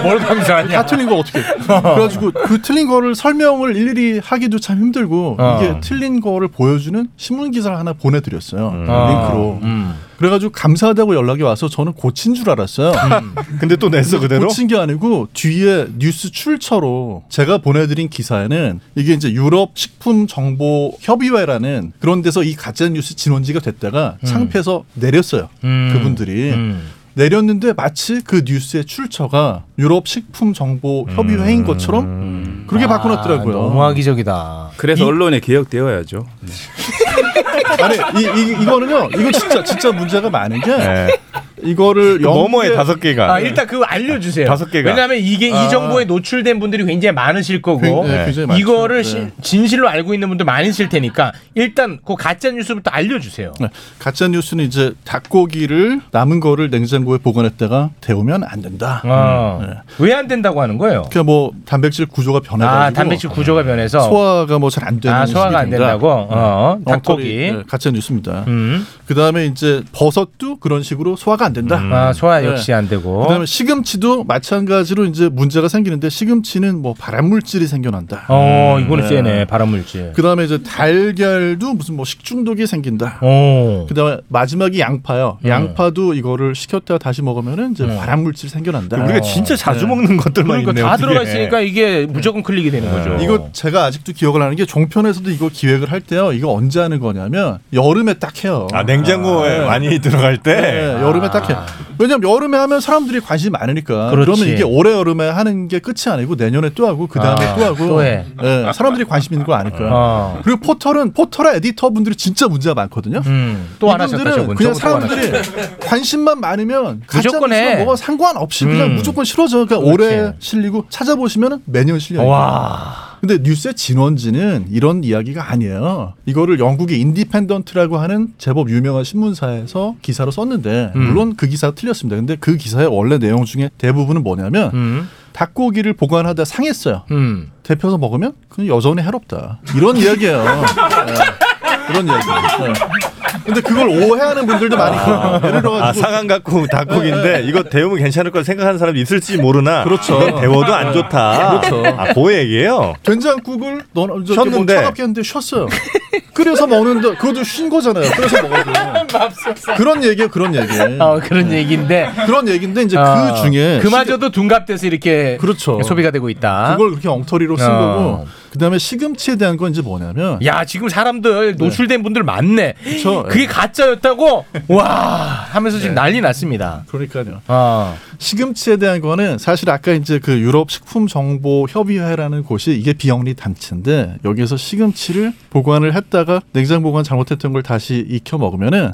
Speaker 6: 뭘 감사하냐?
Speaker 9: 다 틀린 거 어떻게? 그래가지고 그 틀린 거를 설명을 일일이 하기도 참 힘들고
Speaker 6: 어.
Speaker 9: 이게 틀린 거를 보여주는 신문 기사를 하나 보내드렸어요 링크로.
Speaker 6: 음.
Speaker 9: 그래가지고 감사하다고 연락이 와서 저는 고친 줄 알았어요.
Speaker 7: 음.
Speaker 9: 음.
Speaker 7: 근데 또 냈어 그대로?
Speaker 9: 고친 게 아니고 뒤에 뉴스 출처로 제가 보내드린 기사에는 이게 이제 유럽 식품 정보 협의회라는 그런 데서 이 가짜 뉴스 진원지가
Speaker 7: 음.
Speaker 9: 됐다가 창피해서 내렸어요.
Speaker 6: 음.
Speaker 9: 그분들이
Speaker 6: 음.
Speaker 7: 음.
Speaker 9: 내렸는데 마치 그 뉴스의 출처가 유럽 식품 정보 협의회인 것처럼 그렇게
Speaker 6: 아,
Speaker 9: 바꿔놨더라고요.
Speaker 6: 너무 악의적이다.
Speaker 8: 그래서 언론에 개혁되어야죠.
Speaker 9: 아니 이, 이 이거는요. 이거 진짜 진짜 문제가 많은 게 이거를
Speaker 7: 네. 그 뭐뭐에
Speaker 9: 영국의-
Speaker 7: 다섯 개가.
Speaker 6: 아, 일단 그거 알려주세요.
Speaker 7: 다섯 개가.
Speaker 6: 왜냐하면 이게 이 정보에 노출된 분들이 아. 굉장히 많으실 거고
Speaker 9: 굉장히- 네, 굉장히 많죠.
Speaker 6: 이거를
Speaker 9: 네.
Speaker 6: 시- 진실로 알고 있는 분들 많이 있을 테니까 일단 그 가짜 뉴스부터 알려주세요.
Speaker 9: 네. 가짜 뉴스는 이제 닭고기를 남은 거를 냉장고에 보관했다가 데우면 안 된다.
Speaker 6: 아. 어. 왜 안 된다고 하는 거예요?
Speaker 9: 그러니까 뭐 단백질 구조가 변해가지고
Speaker 6: 아 단백질 구조가 변해서
Speaker 9: 소화가 뭐 잘 안 되는
Speaker 6: 아 소화가 안
Speaker 9: 식이든가
Speaker 6: 된다고 어, 닭고기
Speaker 9: 엉터리, 네, 가짜 뉴스입니다.
Speaker 6: 음.
Speaker 9: 그다음에 이제 버섯도 그런 식으로 소화가 안 된다.
Speaker 6: 아, 소화
Speaker 9: 네.
Speaker 6: 역시 안 되고
Speaker 9: 그다음에 시금치도 마찬가지로 이제 문제가 생기는데 시금치는 뭐 발암물질이 생겨난다.
Speaker 6: 어 이거는 세네 발암물질
Speaker 9: 그다음에 이제 달걀도 무슨 뭐 식중독이 생긴다.
Speaker 6: 어.
Speaker 9: 그다음에 마지막이 양파요. 양파도 이거를 식혔다가 다시 먹으면은 이제 발암물질 생겨난다.
Speaker 7: 네. 우리가 진짜 자주 먹는 것들만
Speaker 6: 그러니까
Speaker 7: 있네요.
Speaker 6: 다
Speaker 7: 어떻게.
Speaker 6: 들어가 있으니까 이게 무조건 네. 클릭이 되는 거죠.
Speaker 9: 이거 제가 아직도 기억을 하는 게 종편에서도 이거 기획을 할 때요. 이거 언제 하는 거냐면 여름에 딱 해요.
Speaker 7: 아
Speaker 6: 네.
Speaker 7: 냉장고에 많이 들어갈 때.
Speaker 9: 네, 여름에 딱 해. 왜냐면 여름에 하면 사람들이 관심이 많으니까.
Speaker 6: 아. 그렇지.
Speaker 9: 그러면 이게 올해 여름에 하는 게 끝이 아니고 내년에 또 하고 그 다음에
Speaker 6: 아,
Speaker 9: 또 하고.
Speaker 6: 또 해.
Speaker 9: 예, 사람들이 관심 있는 거 아니까.
Speaker 6: 어.
Speaker 9: 그리고 포털은 포털의 에디터 분들이 진짜 문제가 많거든요.
Speaker 6: 음, 또안 하셨다
Speaker 9: 이분들은
Speaker 6: 저분.
Speaker 9: 그냥
Speaker 6: 저분 또안
Speaker 9: 사람들이 관심만 많으면
Speaker 6: 무조건 해.
Speaker 9: 가짜뉴스가 뭐가 상관없이
Speaker 6: 음.
Speaker 9: 그냥 무조건 실어져. 그러니까
Speaker 6: 그렇지.
Speaker 9: 올해 실리고 찾아보시면 매년
Speaker 6: 네.
Speaker 9: 실려요.
Speaker 6: 와.
Speaker 9: 근데 뉴스의 진원지는 이런 이야기가 아니에요. 이거를 영국의 인디펜던트라고 하는 제법 유명한 신문사에서 기사로 썼는데
Speaker 6: 음.
Speaker 9: 물론 그 기사가 틀렸습니다. 근데 그 기사의 원래 내용 중에 대부분은 뭐냐면
Speaker 6: 음.
Speaker 9: 닭고기를 보관하다 상했어요.
Speaker 6: 음.
Speaker 9: 데펴서 먹으면 그냥 여전히 해롭다. 이런 이야기예요. 네. 이런 이야기. 네. 근데 그걸 오해하는 분들도 많이 있고 예를
Speaker 7: 아
Speaker 9: 들어가지고
Speaker 7: 상한 갖고 닭고기인데 이거 데우면 괜찮을 걸 생각하는 사람이 있을지 모르나.
Speaker 9: 그렇죠.
Speaker 7: 이건 데워도 안 좋다.
Speaker 9: 그렇죠.
Speaker 7: 아 고의 얘기예요.
Speaker 9: 된장국을 넣어 뭐
Speaker 7: 쉬었는데.
Speaker 9: 차갑게 했는데 쉬었어요. 끓여서 먹는데 그것도 쉰 거잖아요. 끓여서 먹어야 돼요. 그런 얘기예요. 그런 얘기.
Speaker 6: 어, 그런 얘기인데
Speaker 9: 그런 얘기인데 이제
Speaker 6: 아,
Speaker 9: 그 중에
Speaker 6: 그마저도 둔갑돼서 이렇게
Speaker 9: 그렇죠.
Speaker 6: 소비가 되고 있다.
Speaker 9: 그걸 그렇게 엉터리로 쓴
Speaker 6: 아.
Speaker 9: 거고 그다음에 시금치에 대한 건 이제 뭐냐면
Speaker 6: 야 지금 사람들 노출된 분들 많네.
Speaker 9: 그쵸.
Speaker 6: 게 가짜였다고 와 하면서 지금 난리 났습니다.
Speaker 9: 그러니까요.
Speaker 6: 어.
Speaker 9: 시금치에 대한 거는 사실 아까 이제 그 유럽 식품 정보 협의회라는 곳이 이게 비영리 단체인데 여기에서 시금치를 보관을 했다가 냉장 보관 잘못했던 걸 다시 익혀 먹으면은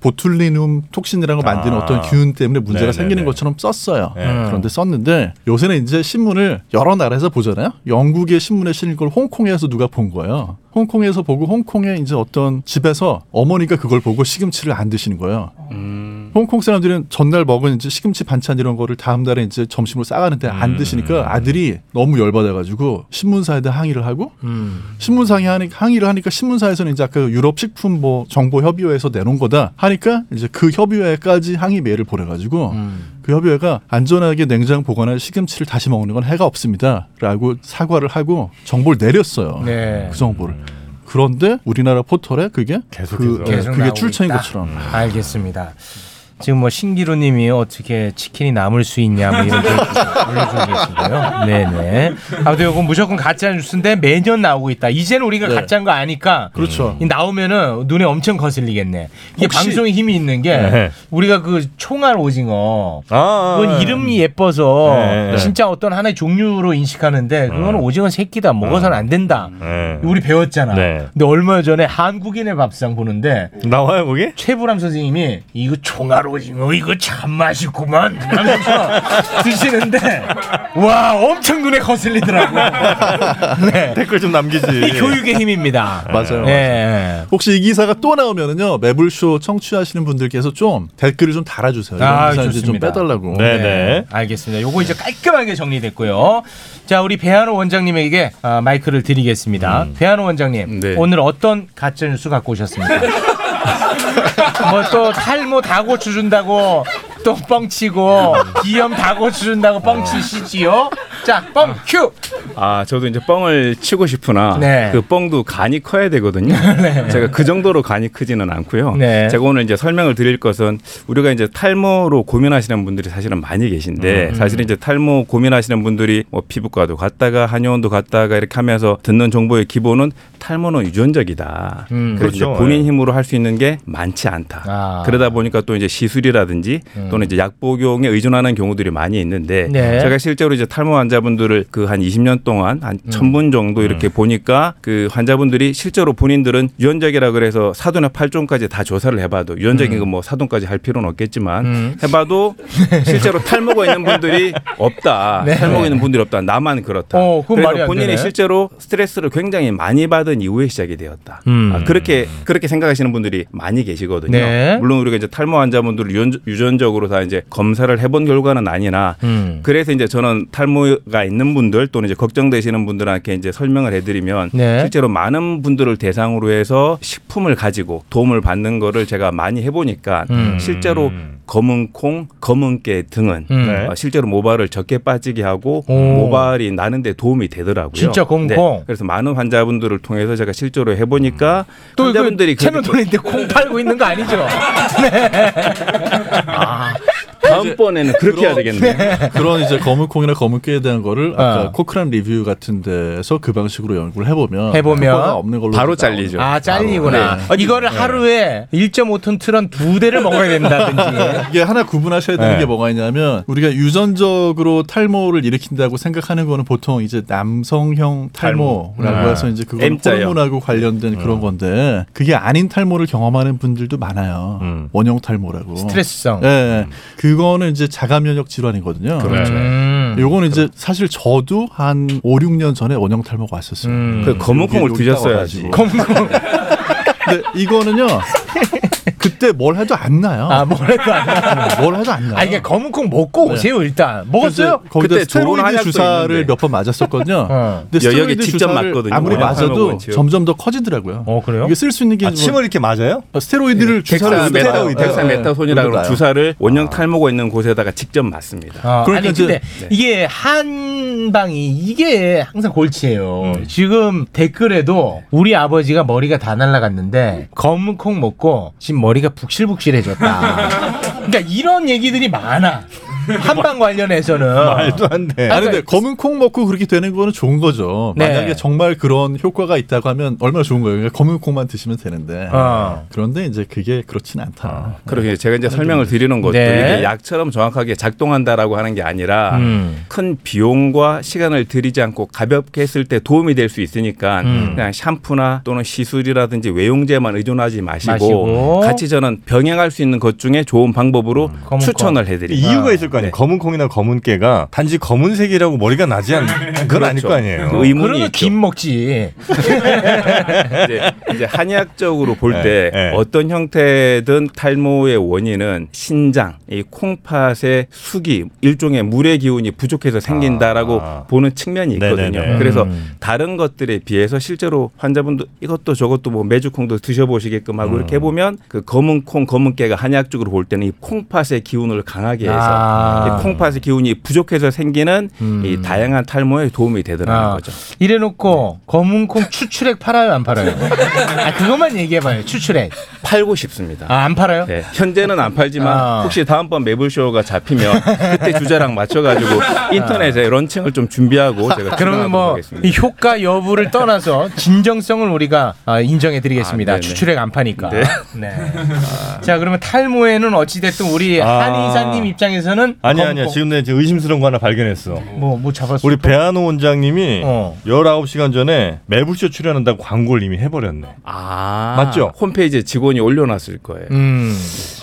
Speaker 9: 보툴리눔 톡신이라는 걸 만드는
Speaker 7: 아.
Speaker 9: 어떤 균 때문에 문제가
Speaker 7: 네네네.
Speaker 9: 생기는 것처럼 썼어요.
Speaker 7: 네.
Speaker 9: 그런데 썼는데 요새는 이제 신문을 여러 나라에서 보잖아요. 영국의 신문에 실린 걸 홍콩에서 누가 본 거예요. 홍콩에서 보고 홍콩에 이제 어떤 집에서 어머니가 그걸 보고 시금치를 안 드시는 거예요. 홍콩 사람들은 전날 먹은 이제 시금치 반찬 이런 거를 다음 날에 이제 점심으로 싸가는데 안 드시니까 아들이 너무 열받아가지고 신문사에다 항의를 하고 신문사에 항의- 항의를 하니까 신문사에서는 이제 아까 유럽 식품 뭐 정보 협의회에서 내놓은 거다 하니까 이제 그 협의회까지 항의 메일을 보내가지고 그 협의회가 안전하게 냉장 보관한 시금치를 다시 먹는 건 해가 없습니다라고 사과를 하고 정보를 내렸어요.
Speaker 6: 네.
Speaker 9: 그 정보를. 그런데 우리나라 포털에 그게 계속해서
Speaker 6: 계속
Speaker 9: 네, 그게
Speaker 6: 나오고
Speaker 9: 출처인
Speaker 6: 있다. 음.
Speaker 9: 것처럼
Speaker 6: 알겠습니다. 지금 뭐 신기루님이 어떻게 치킨이 남을 수 있냐 뭐 이런 글 올려주고 계신데요. 네네. 아무튼 이건 무조건 가짜 뉴스인데 매년 나오고 있다. 이제는 우리가 가짜인 거 아니까.
Speaker 9: 네. 그렇죠.
Speaker 6: 이 나오면은 눈에 엄청 거슬리겠네. 이게 방송에 힘이 있는 게
Speaker 7: 네.
Speaker 6: 우리가 그 총알 오징어
Speaker 7: 아, 아,
Speaker 6: 그건
Speaker 7: 아.
Speaker 6: 이름이 예뻐서
Speaker 7: 네.
Speaker 6: 진짜 어떤 하나의 종류로 인식하는데
Speaker 9: 네.
Speaker 6: 그거는 오징어 새끼다 먹어서는 안 된다.
Speaker 7: 네.
Speaker 6: 우리 배웠잖아.
Speaker 7: 네.
Speaker 6: 근데 얼마 전에 한국인의 밥상 보는데
Speaker 7: 나와요 거기?
Speaker 6: 최불암 선생님이 이거 총알 오징어 이거 참 맛있구만 하면서 드시는데 와 엄청 눈에 거슬리더라고. 네.
Speaker 7: 댓글 좀
Speaker 6: 이
Speaker 7: 남기지.
Speaker 6: 교육의 힘입니다.
Speaker 9: 맞아요.
Speaker 6: 예.
Speaker 9: 혹시 이 기사가 또 나오면은요 매불쇼 청취하시는 분들께서 좀 댓글을 좀 달아주세요. 이런
Speaker 6: 아,
Speaker 9: 기사 이제 좀
Speaker 6: 좋습니다.
Speaker 9: 빼달라고.
Speaker 7: 네네.
Speaker 6: 알겠습니다. 요거 이제 깔끔하게 정리됐고요. 자, 우리 배한호 원장님에게 아, 마이크를 드리겠습니다. 배한호 원장님,
Speaker 8: 네.
Speaker 6: 오늘 어떤 가짜 뉴스 갖고 오셨습니까? 뭐 또 탈모 다 고쳐준다고 또 뻥치고 비염 다 고쳐준다고 뻥치시지요? 자, 뻥큐.
Speaker 8: 아, 저도 이제 뻥을 치고 싶으나
Speaker 6: 네.
Speaker 8: 그 뻥도 간이 커야 되거든요. 제가 그 정도로 간이 크지는 않고요.
Speaker 6: 네.
Speaker 8: 제가 오늘 이제 설명을 드릴 것은 우리가 이제 탈모로 고민하시는 분들이 사실은 많이
Speaker 7: 음,
Speaker 8: 계신데 사실은 이제 탈모 고민하시는 분들이 뭐 피부과도 갔다가 한의원도 갔다가 이렇게 하면서 듣는 정보의 기본은 탈모는 유전적이다.
Speaker 6: 음,
Speaker 8: 그래서
Speaker 7: 그렇죠.
Speaker 8: 이제 본인
Speaker 7: 예.
Speaker 8: 힘으로 할 수 있는 게 많지 않다.
Speaker 6: 아.
Speaker 8: 그러다 보니까 또 이제 시술이라든지 또는 이제 약 복용에 의존하는 경우들이 많이 있는데
Speaker 6: 음. 네.
Speaker 8: 제가 실제로 이제 탈모 환자분들을 그 한 20년 동안 한
Speaker 6: 음.
Speaker 8: 1000분 정도 이렇게 보니까 그 환자분들이 실제로 본인들은 유전적이라 그래서 사도나 팔종까지 다 조사를 해봐도
Speaker 6: 음.
Speaker 8: 유전적인 건 뭐 사돈까지 할 필요는 없겠지만 해봐도
Speaker 6: 네.
Speaker 8: 실제로 탈모가 있는 분들이 없다. 탈모가 있는 분들이 없다. 나만 그렇다.
Speaker 6: 어, 그건 말이
Speaker 8: 그래서
Speaker 6: 안
Speaker 8: 본인이
Speaker 6: 되네.
Speaker 8: 실제로 스트레스를 굉장히 많이 받은 이후에 시작이 되었다.
Speaker 6: 음.
Speaker 8: 아, 그렇게 그렇게 생각하시는 분들이 많이 계시거든요.
Speaker 6: 네.
Speaker 8: 물론 우리가 이제 탈모 환자분들을 유전- 유전적으로 다 이제 검사를 해본 결과는 아니나
Speaker 6: 음.
Speaker 8: 그래서 이제 저는 탈모가 있는 분들 또는 이제 걱정되시는 분들한테 이제 설명을 해드리면
Speaker 6: 네.
Speaker 8: 실제로 많은 분들을 대상으로 해서 식품을 가지고 도움을 받는 거를 제가 많이 해보니까
Speaker 6: 음.
Speaker 8: 실제로 검은 콩, 검은 깨 등은
Speaker 6: 음.
Speaker 7: 네.
Speaker 8: 어, 실제로 모발을 적게 빠지게 하고
Speaker 6: 오.
Speaker 8: 모발이 나는데 도움이 되더라고요. 네.
Speaker 6: 진짜 검은 콩?
Speaker 8: 그래서 많은 환자분들을 통해서 제가 실제로 해보니까
Speaker 6: 음. 또
Speaker 8: 환자분들이
Speaker 6: 이거 채널
Speaker 8: 그렇게
Speaker 6: 돌리는데 콩 팔고 있는 거 아니죠?
Speaker 8: 다음번에는 그렇게 해야 되겠네요.
Speaker 9: 그런 이제 검은콩이나 검은깨에 대한 거를 아까
Speaker 6: 어.
Speaker 9: 코크란 리뷰 같은 데서 그 방식으로 연구를 해보면
Speaker 6: 해보면
Speaker 9: 효과가 없는 걸로
Speaker 8: 바로
Speaker 9: 나오는데
Speaker 8: 잘리죠.
Speaker 6: 아 잘리구나. 이거를 하루에 1.5톤 틀은 두 대를 먹어야 된다든지.
Speaker 9: 예. 이게 하나 구분하셔야 되는
Speaker 7: 네.
Speaker 9: 게 뭐가 있냐면 우리가 유전적으로 탈모를 일으킨다고 생각하는 거는 보통 이제 남성형 탈모라고
Speaker 6: 네.
Speaker 9: 해서 이제 그건
Speaker 8: M자형.
Speaker 9: 호르몬하고 관련된 그런 건데 그게 아닌 탈모를 경험하는 분들도 많아요.
Speaker 7: 음.
Speaker 9: 원형 탈모라고.
Speaker 6: 스트레스성.
Speaker 9: 예, 예. 그거는 이제 자가 면역 질환이거든요.
Speaker 7: 그렇죠.
Speaker 6: 음.
Speaker 9: 요거는 이제 사실 저도 한 5, 6년 전에 원형 탈모가 왔었어요.
Speaker 6: 음.
Speaker 8: 그 검은 콩을
Speaker 9: 여기
Speaker 8: 드셨어야지.
Speaker 9: 올라와가지고. 근데 이거는요. 그때 뭘 해도 안 나요.
Speaker 6: 아 뭐래도 안 네. 나.
Speaker 9: 뭘 해도 안 나요.
Speaker 6: 아 이게 검은 콩 먹고 오세요 일단. 먹었어요?
Speaker 9: 그러니까 그래서 거기다
Speaker 8: 그때 좋은
Speaker 9: 스테로이드
Speaker 8: 한약도
Speaker 9: 주사를
Speaker 8: 있는데.
Speaker 9: 몇 번 맞았었거든요.
Speaker 6: 어.
Speaker 9: 근데
Speaker 8: 여기
Speaker 9: 스테로이드
Speaker 8: 직접
Speaker 9: 주사를
Speaker 8: 맞거든요.
Speaker 9: 아무리
Speaker 8: 어,
Speaker 9: 맞아도
Speaker 8: 팔목은 지역.
Speaker 9: 점점 더 커지더라고요.
Speaker 6: 어, 그래요?
Speaker 9: 이게 쓸 수 있는 게
Speaker 7: 아,
Speaker 9: 뭐-
Speaker 7: 침을 이렇게 맞아요?
Speaker 9: 어, 스테로이드를 주사를
Speaker 8: 그 덱사
Speaker 9: 스테로이드.
Speaker 8: 메타, 덱사
Speaker 9: 예, 예.
Speaker 8: 메타손이라고
Speaker 9: 그런가요?
Speaker 8: 그러는 주사를 원형 탈모가 있는 곳에다가 직접 맞습니다.
Speaker 6: 아,
Speaker 9: 그러니까
Speaker 6: 아니
Speaker 8: 이제-
Speaker 6: 근데
Speaker 8: 네.
Speaker 6: 이게 한방이 이게 항상 골치예요. 지금 댓글에도 우리 아버지가 머리가 다 날라갔는데 검은 콩 먹고 지금 머리가 북실북실해졌다. 그러니까 이런 얘기들이 많아. 한방 관련해서는
Speaker 7: 말도 안 돼.
Speaker 9: 아니 근데 검은 콩 먹고 그렇게 되는 거는 좋은 거죠.
Speaker 6: 네.
Speaker 9: 만약에 정말 그런 효과가 있다고 하면 얼마나 좋은 거예요. 그러니까 검은 콩만 드시면 되는데.
Speaker 6: 어.
Speaker 9: 그런데 이제 그게 그렇진 않다.
Speaker 8: 그렇게 제가 이제 설명을 드리는 것도
Speaker 6: 네.
Speaker 8: 이게 약처럼 정확하게 작동한다라고 하는 게 아니라
Speaker 6: 음.
Speaker 8: 큰 비용과 시간을 들이지 않고 가볍게 했을 때 도움이 될 수 있으니까 그냥 샴푸나 또는 시술이라든지 외용제만 의존하지 마시고,
Speaker 6: 마시고.
Speaker 8: 같이 저는 병행할 수 있는 것 중에 좋은 방법으로
Speaker 6: 검은
Speaker 8: 추천을 해드립니다.
Speaker 7: 이유가 있을 거 아니에요.
Speaker 8: 네.
Speaker 7: 검은 콩이나 검은 깨가 단지 검은색이라고 머리가 나지
Speaker 9: 네.
Speaker 7: 않는 그건 아닐 거 아니에요.
Speaker 8: 그 의문이
Speaker 6: 그러면
Speaker 8: 있죠.
Speaker 6: 김 먹지.
Speaker 8: 이제, 이제 한의학적으로 볼 때
Speaker 7: 네, 네.
Speaker 8: 어떤 형태든 탈모의 원인은 신장, 이 콩팥의 숙이 일종의 물의 기운이 부족해서 생긴다라고
Speaker 7: 아.
Speaker 8: 보는 측면이 있거든요.
Speaker 7: 네네네.
Speaker 8: 그래서
Speaker 6: 음.
Speaker 8: 다른 것들에 비해서 실제로 환자분들 이것도 저것도 뭐 메주콩도 드셔보시게끔 하고
Speaker 7: 음.
Speaker 8: 이렇게 해보면 그 검은 콩, 검은 깨가 한의학적으로 볼 때는 이 콩팥의 기운을 강하게 해서
Speaker 6: 아.
Speaker 8: 이 콩팥의 기운이 부족해서 생기는
Speaker 6: 음.
Speaker 8: 이 다양한 탈모에 도움이 되더라는
Speaker 6: 아,
Speaker 8: 거죠.
Speaker 6: 이래놓고 검은 콩 추출액 팔아요 안 팔아요? 아 그것만 얘기해봐요 추출액.
Speaker 8: 팔고 싶습니다.
Speaker 6: 아 안 팔아요?
Speaker 8: 네, 현재는 안 팔지만
Speaker 6: 아.
Speaker 8: 혹시 다음번 매블쇼가 잡히면 그때 주제랑 맞춰가지고 인터넷에 런칭을 좀 준비하고 제가
Speaker 6: 그러면
Speaker 8: 출연하도록
Speaker 6: 뭐
Speaker 8: 하겠습니다.
Speaker 6: 이 효과 여부를 떠나서 진정성을 우리가 아, 인정해드리겠습니다.
Speaker 8: 아, 네네.
Speaker 6: 추출액 안 파니까. 네.
Speaker 8: 네.
Speaker 6: 자 그러면 탈모에는 어찌 됐든 우리
Speaker 7: 아.
Speaker 6: 한의사님 입장에서는
Speaker 7: 아니야
Speaker 6: 검-
Speaker 7: 아니야. 지금 내 지금 의심스러운 거 하나 발견했어.
Speaker 9: 네.
Speaker 6: 뭐뭐 잡았어.
Speaker 7: 우리 배한호 원장님이
Speaker 6: 어.
Speaker 7: 19시간 전에 매부쇼 출연한다고 광고를 이미 해버렸네.
Speaker 8: 아,
Speaker 7: 맞죠?
Speaker 8: 홈페이지에 직원이 올려놨을 거예요.
Speaker 6: 음.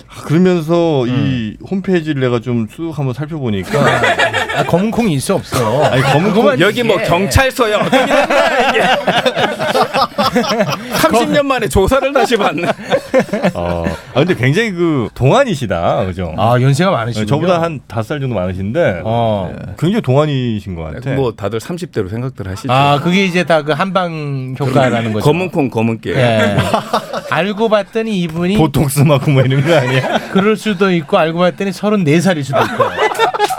Speaker 7: 아, 그러면서 이 홈페이지를 내가 좀 쑥 한번 살펴보니까
Speaker 6: 아, 검은 콩이 있어 없어.
Speaker 7: 아니 검은 콩
Speaker 6: 그거만
Speaker 8: 여기 뭐
Speaker 6: 예.
Speaker 8: 경찰서야 어떻게 된 거야 이게 30년 만에 조사를 다시 받네.
Speaker 7: 어. 아 근데 굉장히 그 동안이시다. 그죠? 네,
Speaker 6: 아 연세가 많으시죠.
Speaker 7: 저보다 한 네. 다섯 살 정도 많으신데
Speaker 6: 어.
Speaker 7: 굉장히 동안이신 것 같아.
Speaker 8: 뭐 다들 30대로 생각들 하시죠.
Speaker 6: 네. 아 그게 이제 다 그 한방 효과라는 거죠.
Speaker 8: 검은콩 검은깨.
Speaker 6: 예. 알고 봤더니 이분이
Speaker 7: 보톡스 맞고 뭐 이런 거 아니야?
Speaker 6: 그럴 수도 있고 알고 봤더니 34살일 수도 있고.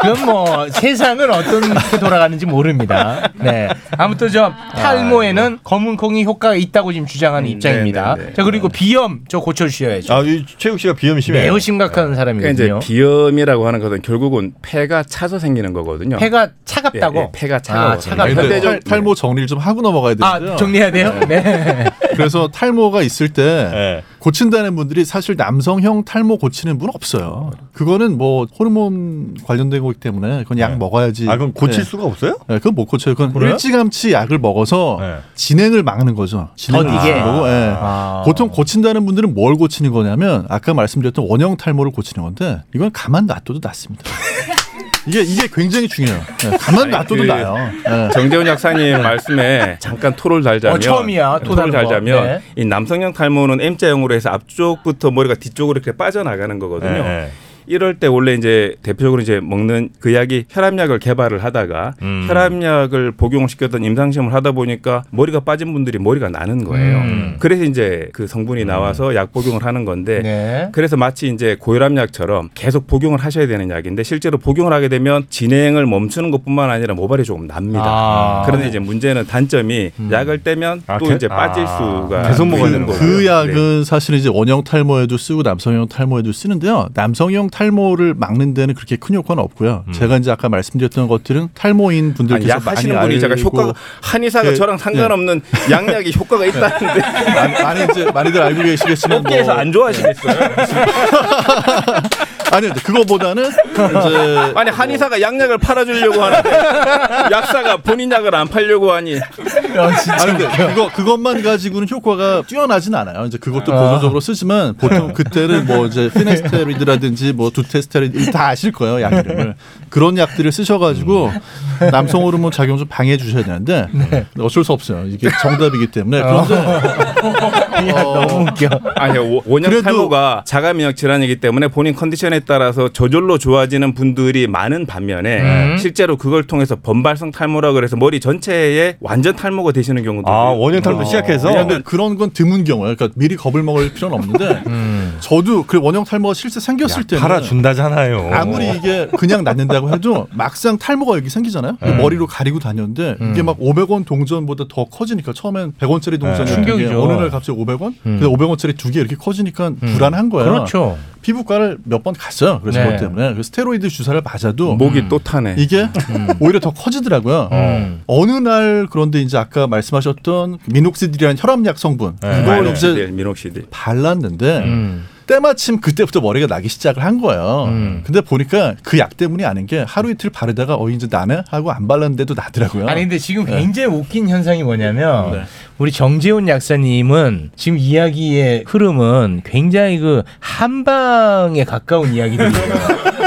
Speaker 6: 그건 뭐 세상은 어떻게 돌아가는지 모릅니다. 네. 아무튼 저 탈모에는 검은 콩이 효과가 있다고 지금 주장하는 입장입니다.
Speaker 8: 아, 네, 네, 네.
Speaker 6: 자 그리고 비염 저 고쳐 주셔야죠.
Speaker 7: 아, 이 최욱 씨가 비염이 심해요.
Speaker 6: 매우 심각한
Speaker 8: 그러니까 네. 이제
Speaker 6: 사람이거든요.
Speaker 8: 비염이라고 하는 것은 결국은 폐가 차서 생기는 거거든요.
Speaker 6: 폐가
Speaker 8: 예, 예,
Speaker 6: 차갑다고.
Speaker 8: 폐가
Speaker 6: 아,
Speaker 8: 차가워서.
Speaker 6: 차갑다.
Speaker 8: 그러니까
Speaker 9: 근데
Speaker 8: 현대적-
Speaker 9: 탈, 탈모 정리를 좀 하고 넘어가야 되는데요.
Speaker 6: 아 정리해야 돼요. 네.
Speaker 9: 그래서 탈모가 있을 때
Speaker 7: 예.
Speaker 9: 고친다는 분들이 사실 남성형 탈모 고치는 분 없어요. 그거는 뭐 호르몬 관련된 거기 때문에 그건 약
Speaker 7: 네.
Speaker 9: 먹어야지.
Speaker 7: 아, 그럼
Speaker 9: 네.
Speaker 7: 고칠 수가 없어요?
Speaker 9: 네, 그건 못 고쳐요. 그건
Speaker 7: 그래요?
Speaker 9: 일찌감치 약을 먹어서
Speaker 7: 네.
Speaker 9: 진행을 막는 거죠. 진행을
Speaker 6: 더디게.
Speaker 9: 막는 거고, 예.
Speaker 6: 아.
Speaker 9: 보통 고친다는 분들은 뭘 고치는 거냐면 아까 말씀드렸던 원형 탈모를 고치는 건데 이건 가만 놔둬도 낫습니다. 이게 이게 굉장히 중요해요. 예, 가만 놔둬도
Speaker 8: 그-
Speaker 9: 나요. 네.
Speaker 8: 정재훈 약사님 말씀에 잠깐 토를 달자면
Speaker 6: 네. 어, 처음이야, 토
Speaker 8: 토를
Speaker 6: 달는 거.
Speaker 8: 달자면
Speaker 6: 네.
Speaker 8: 이 남성형 탈모는 M자형으로 해서 앞쪽부터 머리가 뒤쪽으로 이렇게 빠져나가는
Speaker 6: 네,
Speaker 8: 거거든요.
Speaker 7: 예, 예.
Speaker 8: 이럴 때 원래 이제 대표적으로 이제 먹는 그 약이 혈압약을 개발을 하다가
Speaker 7: 음.
Speaker 8: 혈압약을 복용을 시켰던 임상시험을 하다 보니까 머리가 빠진 분들이 머리가 나는 거예요.
Speaker 7: 음.
Speaker 8: 그래서 이제 그 성분이 나와서 약 복용을 하는 건데
Speaker 6: 음. 네.
Speaker 8: 그래서 마치 이제 고혈압약처럼 계속 복용을 하셔야 되는 약인데 실제로 복용을 하게 되면 진행을 멈추는 것뿐만 아니라 모발이 조금 납니다.
Speaker 6: 아.
Speaker 8: 그런데 이제 문제는 단점이 약을 떼면
Speaker 7: 아,
Speaker 8: 또
Speaker 7: 개-
Speaker 8: 이제 빠질
Speaker 7: 아.
Speaker 8: 수가
Speaker 7: 계속 먹어야
Speaker 8: 있는
Speaker 7: 되는 거예요.
Speaker 8: 거고요.
Speaker 9: 그
Speaker 8: 네.
Speaker 9: 약은 사실 이제 원형 탈모에도 쓰고 남성형 탈모에도 쓰는데요. 남성형 탈모를 막는 데는 그렇게 큰 효과는 없고요. 제가 이제 아까 말씀드렸던 것들은 탈모인
Speaker 8: 음. 아니,
Speaker 9: 분들께서
Speaker 8: 약
Speaker 9: 많이
Speaker 8: 하시는 분이
Speaker 9: 알고
Speaker 8: 제가 효과가 한의사가
Speaker 9: 그-
Speaker 8: 저랑 상관없는 양약이 효과가 있다는데
Speaker 9: 많이, 많이 이제 많이들 알고 계시겠지만 뭐
Speaker 8: 어깨에서 안 좋아하시겠어요?
Speaker 9: 아니요 그거보다는 이제
Speaker 8: 아니 한의사가 양약을 팔아주려고 하는데 약사가 본인 약을 안 팔려고 하니
Speaker 9: 아니 근데 그거 그것만 가지고는 효과가 뛰어나진 않아요. 이제 그것도 보조적으로 쓰지만 보통 그때는 뭐 이제 피네스테로이드라든지 뭐 두테스테로이드 다 아실 거예요 약 이름을 그런 약들을 쓰셔가지고 남성 호르몬 작용 좀 방해해 주셔야 되는데 어쩔 수 없어요. 이게 정답이기 때문에 그런데
Speaker 8: 어.
Speaker 6: 야, 너무 웃겨.
Speaker 8: 아니 요 원형
Speaker 9: 그래도-
Speaker 8: 탈모가 자가면역 질환이기 때문에 본인 컨디션에 따라서 저절로 좋아지는 분들이 많은 반면에 실제로 그걸 통해서 번발성 탈모라 그래서 머리 전체에 완전 탈모가 되시는 경우도
Speaker 7: 아,
Speaker 8: 있고요. 뭐
Speaker 7: 원형 탈모 시작해서
Speaker 9: 왜냐하면 그런 건 드문 경우예요. 그러니까 미리 겁을 먹을 필요는 없는데 저도 그 원형 탈모가 실제 생겼을 때는
Speaker 6: 어.
Speaker 7: 팔아준다잖아요.
Speaker 9: 아무리 이게 그냥 낫는다고 해도 막상 탈모가 여기 생기잖아요.
Speaker 6: 음.
Speaker 9: 머리로 가리고 다녔는데 이게 막 500원 동전보다 더 커지니까 처음엔 100원짜리 동전이 두
Speaker 7: 네.
Speaker 9: 개,
Speaker 6: 충격이죠. 음.
Speaker 9: 어느 날 갑자기 500원, 근데 500원짜리 두 개 이렇게 커지니까 불안한 거야.
Speaker 6: 그렇죠.
Speaker 9: 피부과를 몇 번 갔어요. 그래서
Speaker 6: 네. 뭐.
Speaker 9: 그것 때문에 그래서 스테로이드 주사를 맞아도
Speaker 8: 목이 또 타네.
Speaker 9: 이게
Speaker 6: 음.
Speaker 9: 오히려 더 커지더라고요. 어느 날 그런데 이제 아까 말씀하셨던 미녹시딜이라는 혈압약 성분
Speaker 6: 네.
Speaker 8: 네.
Speaker 9: 그걸 이제
Speaker 8: 미녹시딜, 미녹시딜.
Speaker 9: 발랐는데
Speaker 6: 음.
Speaker 9: 때마침 그때부터 머리가 나기 시작을 한 거예요.
Speaker 6: 음.
Speaker 9: 근데 보니까 그 약 때문이 아닌 게 하루 이틀 바르다가 어 이제 나네 하고 안 발랐는데도 나더라고요.
Speaker 6: 아니 근데 지금
Speaker 9: 네.
Speaker 6: 굉장히 웃긴 현상이 뭐냐면 우리 정재훈 약사님은 지금 이야기의 흐름은 굉장히 그 한방에 가까운 이야기들이에요.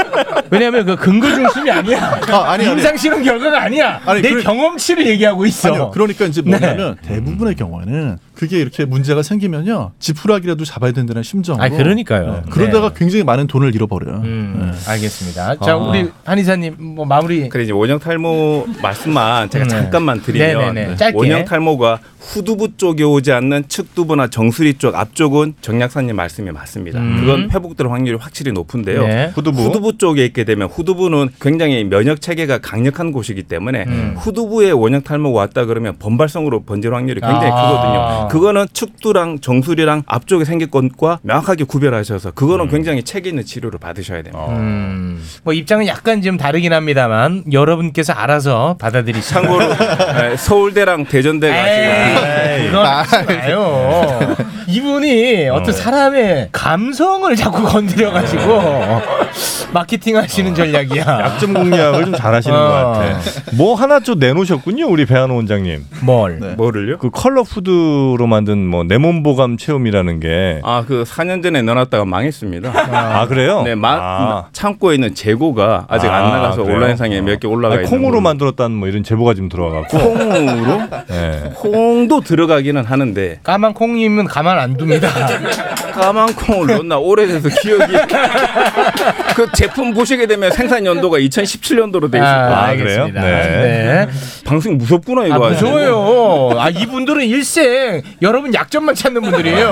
Speaker 6: 왜냐하면 그 근거 중심이 아니야.
Speaker 9: 아, 아니, 아니.
Speaker 6: 임상 실험 결과가 아니야.
Speaker 9: 아니,
Speaker 6: 내
Speaker 9: 그래-
Speaker 6: 경험치를 얘기하고 있어.
Speaker 9: 요 그러니까 이제
Speaker 6: 네.
Speaker 9: 뭐냐면
Speaker 6: 음.
Speaker 9: 대부분의 경우에는 그게 이렇게 문제가 생기면요 지푸라기라도 잡아야 된다는 심정으로.
Speaker 6: 아, 그러니까요.
Speaker 9: 네. 그러다가
Speaker 6: 네.
Speaker 9: 굉장히 많은 돈을 잃어버려요.
Speaker 6: 음,
Speaker 9: 네.
Speaker 6: 알겠습니다.
Speaker 9: 아.
Speaker 6: 자 우리 한의사님 뭐 마무리.
Speaker 8: 그래 이제 원형 탈모 말씀만 제가
Speaker 6: 네.
Speaker 8: 잠깐만 드리면
Speaker 6: 네, 네, 네. 짧게.
Speaker 8: 원형 탈모가 후두부 쪽에 오지 않는 측두부나 정수리 쪽 앞쪽은 정약사님 말씀이 맞습니다.
Speaker 6: 음.
Speaker 8: 그건 회복될 확률이 확실히 높은데요.
Speaker 6: 네.
Speaker 8: 후두부. 쪽에 있게 되면 후두부는 굉장히 면역 체계가 강력한 곳이기 때문에
Speaker 6: 음.
Speaker 8: 후두부에 원형 탈모가 왔다 그러면 번발성으로 번질 확률이 굉장히
Speaker 6: 아.
Speaker 8: 크거든요. 그거는 측두랑 정수리랑 앞쪽에 생길 것과 명확하게 구별하셔서 그거는 굉장히 체계 있는 치료를 받으셔야 됩니다.
Speaker 6: 음, 뭐 입장은 약간 좀 다르긴 합니다만 여러분께서 알아서 받아들이시고.
Speaker 8: 참고로 네, 서울대랑 대전대
Speaker 7: 아,
Speaker 8: 가시고
Speaker 7: 예.
Speaker 6: 에이, 그건 하지 마요. 이분이 어떤 사람의 감성을 자꾸 건드려가지고
Speaker 7: 네. 어.
Speaker 6: 마케팅하시는 전략이야.
Speaker 7: 약점 공략을 좀 잘하시는
Speaker 6: 어.
Speaker 7: 것 같아. 뭐 하나 좀 내놓으셨군요, 우리 배한호 원장님.
Speaker 6: 뭘?
Speaker 8: 뭐를요?
Speaker 7: 그 컬러 푸드로 만든 뭐 내몸 보감 체험이라는 게.
Speaker 8: 아 그 4년 전에 넣어놨다가 망했습니다.
Speaker 7: 아, 그래요?
Speaker 8: 네, 마,
Speaker 7: 아.
Speaker 8: 창고에 있는 재고가 아직 안
Speaker 7: 아,
Speaker 8: 나가서
Speaker 7: 그래요?
Speaker 8: 온라인상에 몇 개 올라가
Speaker 7: 아니,
Speaker 8: 있는
Speaker 7: 콩으로
Speaker 8: 걸로.
Speaker 7: 만들었다는 뭐 이런 제보가 지금 들어와갖고.
Speaker 8: 콩으로
Speaker 7: 예.
Speaker 8: 콩도 들어가기는 하는데
Speaker 6: 까만 콩님은 가만 안 둡니다.
Speaker 8: 까만 콩을 넣나 오래돼서 기억이 그 제품 보시게 되면 생산 연도가 2017년도로 돼 있을 거예요.
Speaker 7: 아, 그래요? 네.
Speaker 6: 네.
Speaker 8: 방송 무섭구나
Speaker 6: 아,
Speaker 8: 이거. 아주.
Speaker 6: 무서워요. 아, 이분들은 일생 여러분 약점만 찾는 분들이에요.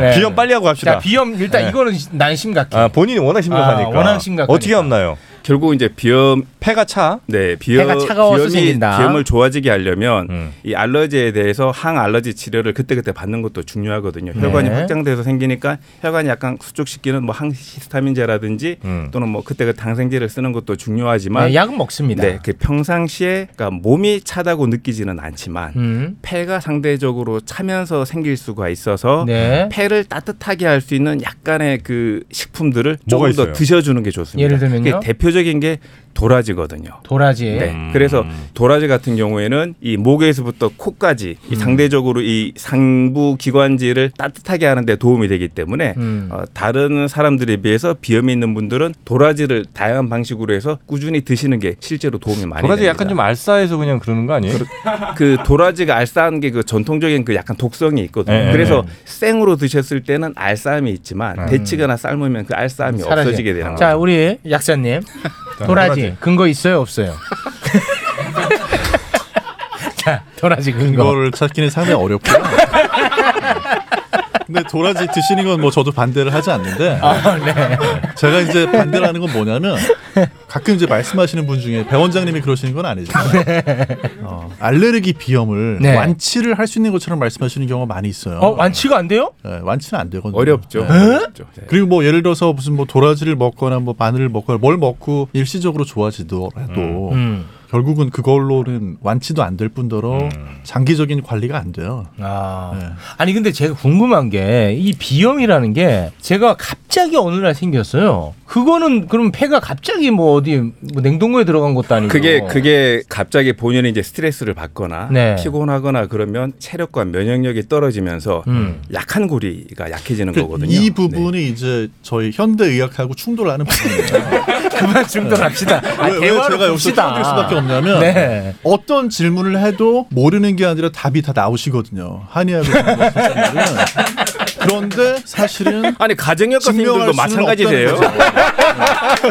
Speaker 6: 네.
Speaker 7: 비염 빨리 하고 갑시다. 네.
Speaker 6: 자, 비염 일단 이거는 난 심각해.
Speaker 7: 아, 본인이 워낙 심각하니까.
Speaker 6: 아, 워낙 심각하니까.
Speaker 7: 어떻게 합나요?
Speaker 8: 결국 이제 비염
Speaker 7: 폐가 차.
Speaker 8: 네, 비염,
Speaker 6: 폐가 차가워서
Speaker 8: 비염이
Speaker 6: 생긴다.
Speaker 8: 비염을 좋아지게 하려면
Speaker 7: 음.
Speaker 8: 이 알러지에 대해서 항알러지 치료를 그때그때 받는 것도 중요하거든요. 혈관이
Speaker 6: 네.
Speaker 8: 확장돼서 생기니까 혈관이 약간 수축시키는 뭐 항히스타민제라든지
Speaker 7: 음.
Speaker 8: 또는 뭐 그때그 당생제를 쓰는 것도 중요하지만
Speaker 6: 네, 약은 먹습니다.
Speaker 8: 네, 그 평상시에 그러니까 몸이 차다고 느끼지는 않지만
Speaker 6: 음.
Speaker 8: 폐가 상대적으로 차면서 생길 수가 있어서
Speaker 6: 네.
Speaker 8: 폐를 따뜻하게 할 수 있는 약간의 그 식품들을
Speaker 7: 뭐가
Speaker 8: 조금 더
Speaker 7: 있어요?
Speaker 8: 드셔주는 게 좋습니다.
Speaker 6: 예를 들면요?
Speaker 8: 그게 대표적인 게 도라지거든요.
Speaker 6: 도라지.
Speaker 8: 네. 그래서 도라지 같은 경우에는 이 목에서부터 코까지 이 상대적으로 이 상부 기관지를 따뜻하게 하는데 도움이 되기 때문에
Speaker 6: 음.
Speaker 8: 어, 다른 사람들에 비해서 비염이 있는 분들은 도라지를 다양한 방식으로 해서 꾸준히 드시는 게 실제로 도움이 많이
Speaker 7: 도라지
Speaker 8: 됩니다.
Speaker 7: 약간 좀 알싸해서 그냥 그러는 거 아니에요?
Speaker 8: 그 도라지가 알싸한 게 그 전통적인 그 약간 독성이 있거든요.
Speaker 7: 네,
Speaker 8: 그래서 생으로 드셨을 때는 알싸함이 있지만 데치거나 삶으면 그 알싸함이
Speaker 6: 사라지.
Speaker 8: 없어지게 되는 거죠.
Speaker 6: 자, 우리 약사님. 도라지 근거 있어요, 없어요? 자, 도라지 근거.
Speaker 9: 이거를 찾기는 상당히 어렵고요. 근데 도라지 드시는 건 뭐 저도 반대를 하지 않는데
Speaker 6: 아, 네.
Speaker 9: 제가 이제 반대를 하는 건 뭐냐면 가끔 이제 말씀하시는 분 중에 배 원장님이 그러시는 건 아니지만 어, 알레르기 비염을
Speaker 6: 네.
Speaker 9: 완치를 할 수 있는 것처럼 말씀하시는 경우가 많이 있어요.
Speaker 6: 어, 완치가 안 돼요?
Speaker 9: 네, 완치는 안 되거든요.
Speaker 8: 어렵죠.
Speaker 9: 네.
Speaker 8: 어렵죠. 네.
Speaker 9: 그리고 뭐 예를 들어서 무슨 뭐 도라지를 먹거나 뭐 마늘을 먹거나 뭘 먹고 일시적으로 좋아지더라도
Speaker 6: 음.
Speaker 9: 결국은 그걸로는 완치도 안 될 뿐더러
Speaker 6: 음.
Speaker 9: 장기적인 관리가 안 돼요.
Speaker 6: 아.
Speaker 9: 네.
Speaker 6: 아니 근데 제가 궁금한 게 이 비염이라는 게 제가 갑자기 어느 날 생겼어요. 그거는 그럼 폐가 갑자기 뭐 어디 뭐 냉동고에 들어간 것도 아니고
Speaker 8: 그게 그게 갑자기 본인이 이제 스트레스를 받거나
Speaker 6: 네.
Speaker 8: 피곤하거나 그러면 체력과 면역력이 떨어지면서
Speaker 6: 음.
Speaker 8: 약한 고리가 약해지는
Speaker 9: 그
Speaker 8: 거거든요.
Speaker 9: 이
Speaker 8: 네.
Speaker 9: 부분이 이제 저희 현대의학하고 충돌하는 부분이에요.
Speaker 6: 그만 중단합시다. 아,
Speaker 9: 왜, 왜
Speaker 6: 대화를
Speaker 9: 제가 여기서
Speaker 6: 봅시다.
Speaker 9: 끊길 수밖에 없냐면
Speaker 6: 네.
Speaker 9: 어떤 질문을 해도 모르는 게 아니라 답이 다 나오시거든요. 한의학을 공부하신 분들은. 그런데 사실은
Speaker 8: 아니 가정의학과
Speaker 9: 증명할
Speaker 8: 선생님들도
Speaker 9: 수는
Speaker 8: 마찬가지세요.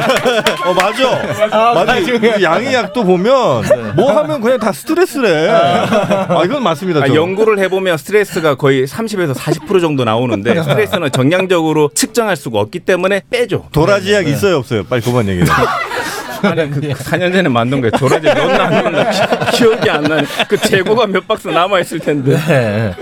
Speaker 9: 없다는 거죠.
Speaker 7: 어 맞아. 맞아. 그 양의약도 보면 뭐 하면 그냥 다 스트레스래. 아 이건 맞습니다.
Speaker 8: 아,
Speaker 7: 저.
Speaker 8: 연구를 해보면 스트레스가 거의 30에서 40% 정도 나오는데 스트레스는 정량적으로 측정할 수가 없기 때문에 빼죠.
Speaker 7: 도라지
Speaker 8: 네.
Speaker 7: 약 있어요 없어요? 빨리 그만 얘기해.
Speaker 8: 4년 전에 만든 거예요. 도라지 넣나 안 넣나 기- 기억이 안 나네. 그 재고가 몇 박스 남아 있을 텐데.
Speaker 6: 네.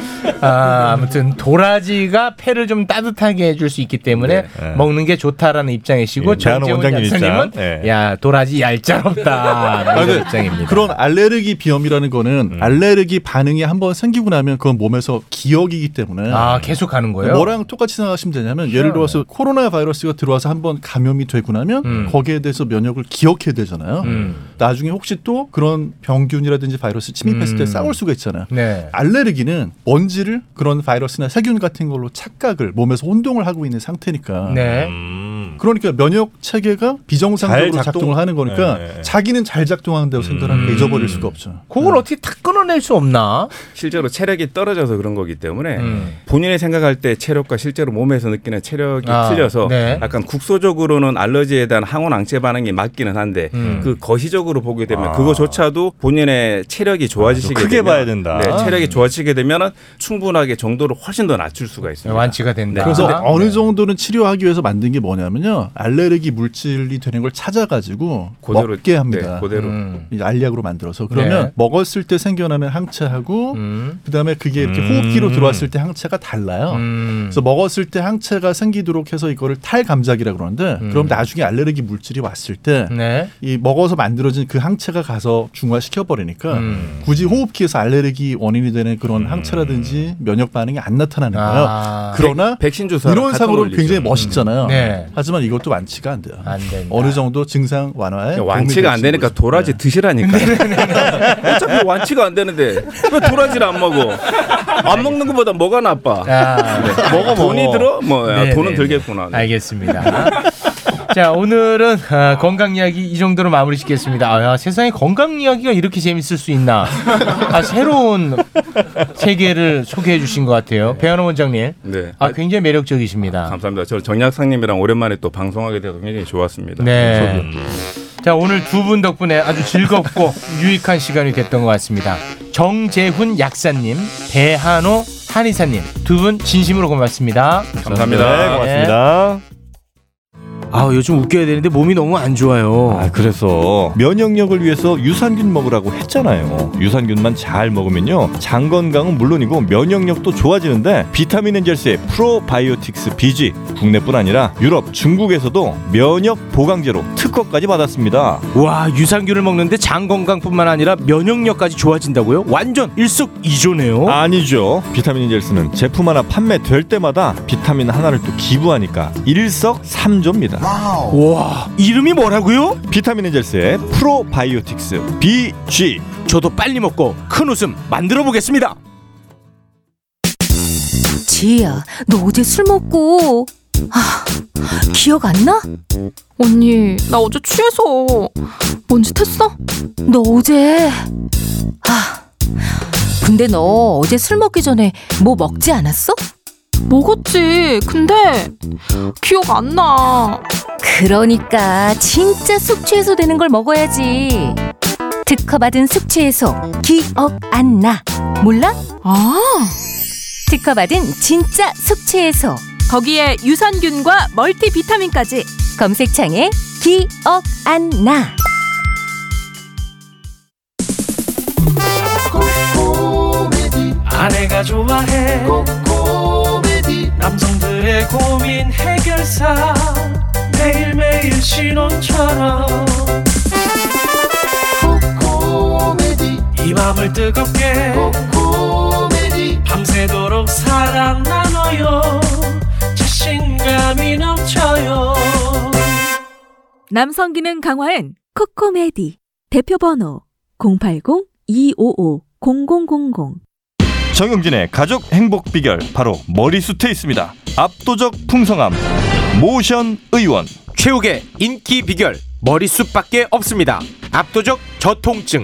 Speaker 6: 아, 아무튼 도라지가 폐를 좀 따뜻하게 해줄 수 있기 때문에 먹는 게 좋다라는 입장이시고
Speaker 7: 예, 대한원
Speaker 6: 정재훈
Speaker 7: 원장님
Speaker 6: 약사님은
Speaker 7: 입장. 예.
Speaker 6: 야 도라지 얄짤없다 이런 입장입니다. 음.
Speaker 9: 그런 알레르기 비염이라는 거는 알레르기 반응이 한번 생기고 나면 그건 몸에서 기억이기 때문에
Speaker 6: 아 계속 가는 거예요? 음.
Speaker 9: 뭐랑 똑같이 생각하시면 되냐면 예를 들어서 코로나 바이러스가 들어와서 한번 감염이 되고 나면 거기에 대해서 면역을 기억해야 되잖아요.
Speaker 6: 음.
Speaker 9: 나중에 혹시 또 그런 병균이라든지 바이러스 침입했을
Speaker 6: 음.
Speaker 9: 때 싸울 수가 있잖아요.
Speaker 6: 네.
Speaker 9: 알레르기는 먼지를 그런 바이러스나 세균 같은 걸로 착각을 몸에서 혼동을 하고 있는 상태니까
Speaker 6: 네.
Speaker 7: 음.
Speaker 9: 그러니까 면역 체계가 비정상적으로
Speaker 7: 잘 작동-
Speaker 9: 작동, 을 하는 거니까
Speaker 7: 예, 예.
Speaker 9: 자기는 잘 작동한다고 생각하는 게 잊어버릴 수가 없죠.
Speaker 6: 그걸 어떻게 다 끊어낼 수 없나?
Speaker 8: 실제로 체력이 떨어져서 그런 거기 때문에
Speaker 6: 음.
Speaker 8: 본인이 생각할 때 체력과 실제로 몸에서 느끼는 체력이
Speaker 6: 아,
Speaker 8: 틀려서
Speaker 6: 네.
Speaker 8: 약간 국소적으로는 알러지에 대한 항원 항체 반응이 맞기는 한데
Speaker 6: 음.
Speaker 8: 그 거시적으로 보게 되면
Speaker 7: 아.
Speaker 8: 그거조차도 본인의 체력이 좋아지시게
Speaker 7: 크게
Speaker 8: 되면
Speaker 7: 봐야 된다.
Speaker 8: 네, 체력이 좋아지게 되면 충분하게 정도를 훨씬 더 낮출 수가 있습니다.
Speaker 6: 완치가 된다.
Speaker 9: 그래서
Speaker 6: 아,
Speaker 9: 어느 정도는 치료하기 위해서 만든 게 뭐냐면요 알레르기 물질이 되는 걸 찾아가지고
Speaker 8: 그대로-
Speaker 9: 먹게 합니다.
Speaker 8: 네, 그대로
Speaker 6: 음.
Speaker 9: 이 알약으로 만들어서 그러면
Speaker 6: 네.
Speaker 9: 먹었을 때 생겨나는 항체하고
Speaker 6: 음.
Speaker 9: 그다음에 그게 이렇게
Speaker 7: 음.
Speaker 9: 호흡기로 들어왔을 때 항체가 달라요.
Speaker 6: 음.
Speaker 9: 그래서 먹었을 때 항체가 생기도록 해서 이거를 탈감작이라 그러는데
Speaker 6: 음.
Speaker 9: 그럼 나중에 알레르기 물질이 왔을 때 이
Speaker 6: 네.
Speaker 9: 먹어서 만들어진 그 항체가 가서 중화시켜 버리니까
Speaker 6: 음.
Speaker 9: 굳이 호흡기에서 알레르기 원인이 되는 그런
Speaker 11: 음.
Speaker 9: 항체라든지 면역 반응이 안 나타나는 거예요.
Speaker 6: 아.
Speaker 9: 그러나
Speaker 8: 백신 주사
Speaker 9: 이론상으로는 굉장히 멋있잖아요.
Speaker 6: 음. 네.
Speaker 9: 하지만 이것도 완치가 안 돼요.
Speaker 6: 안 된다.
Speaker 9: 어느 정도 증상 완화에 도움이
Speaker 8: 완치가 안
Speaker 9: 될수
Speaker 8: 되니까
Speaker 9: 있는 거죠.
Speaker 8: 도라지
Speaker 6: 네,
Speaker 8: 드시라니까. 어차피 완치가 안 되는데 왜 도라지를 안 먹어? 안 먹는 것보다 뭐가 나빠?
Speaker 6: 아, 네.
Speaker 8: 먹어 돈이 들어? 뭐 야,
Speaker 6: 네,
Speaker 8: 돈은
Speaker 6: 네,
Speaker 8: 들겠구나.
Speaker 6: 네. 알겠습니다. 자 오늘은 아, 건강 이야기 이 정도로 마무리 짓겠습니다. 아, 야, 세상에 건강 이야기가 이렇게 재밌을 수 있나? 아, 새로운 세계를 소개해 주신 것 같아요. 배현호 원장님.
Speaker 8: 네.
Speaker 6: 아 굉장히 매력적이십니다.
Speaker 8: 감사합니다. 저 정약상님이랑 오랜만에 또 방송하게 돼서 굉장히 좋았습니다.
Speaker 6: 네. 자 오늘 두 분 덕분에 아주 즐겁고 유익한 시간이 됐던 것 같습니다. 정재훈 약사님, 배한호 한의사님 두 분 진심으로 네, 고맙습니다.
Speaker 8: 감사합니다. 네.
Speaker 7: 네, 고맙습니다.
Speaker 6: 아 요즘 웃겨야 되는데 몸이 너무 안 좋아요.
Speaker 7: 아, 그래서 면역력을 위해서 유산균 먹으라고 했잖아요. 유산균만 잘 먹으면요. 장 건강은 물론이고 면역력도 좋아지는데 비타민 엔젤스의 프로바이오틱스 BG 국내뿐 아니라 유럽, 중국에서도 면역 보강제로 특허까지 받았습니다.
Speaker 6: 와 유산균을 먹는데 장 건강뿐만 아니라 면역력까지 좋아진다고요? 완전 일석이조네요.
Speaker 7: 아니죠. 비타민 인젤스는 제품 하나 판매될 때마다 비타민 하나를 또 기부하니까 일석삼조입니다.
Speaker 6: 와 이름이 뭐라고요?
Speaker 7: 비타민 인젤스의 프로바이오틱스 BG
Speaker 6: 저도 빨리 먹고 큰 웃음 만들어 보겠습니다.
Speaker 10: 지혜야, 너 어제 술 먹고 아 기억 안 나?
Speaker 12: 언니, 나 어제 취해서 뭔짓 했어?
Speaker 10: 너 어제 아 근데 너 어제 술 먹기 전에 뭐 먹지 않았어?
Speaker 12: 뭐 먹었지. 예, 근데 기억 안 나.
Speaker 10: 그러니까 진짜 숙취해소 되는 걸 먹어야지. 특허받은 숙취해소 기억 안 나. 몰라?
Speaker 12: 아,
Speaker 10: 특허받은 진짜 숙취해소
Speaker 12: 거기에 유산균과 멀티비타민까지.
Speaker 10: 검색창에 기억 안 나.
Speaker 13: 아내가 좋아해 코코메디 남성들의 고민 해결사 매일매일 신혼처럼 코코메디 이 맘을 뜨겁게 코코메디 밤새도록 사랑 나눠요 자신감이 넘쳐요
Speaker 12: 남성 기능 강화엔 코코메디. 대표 번호 080-255-0000.
Speaker 7: 정영진의 가족 행복 비결 바로 머리숱에 있습니다. 압도적 풍성함 모션 의원
Speaker 6: 최욱의 인기 비결 머리숱밖에 없습니다. 압도적 저통증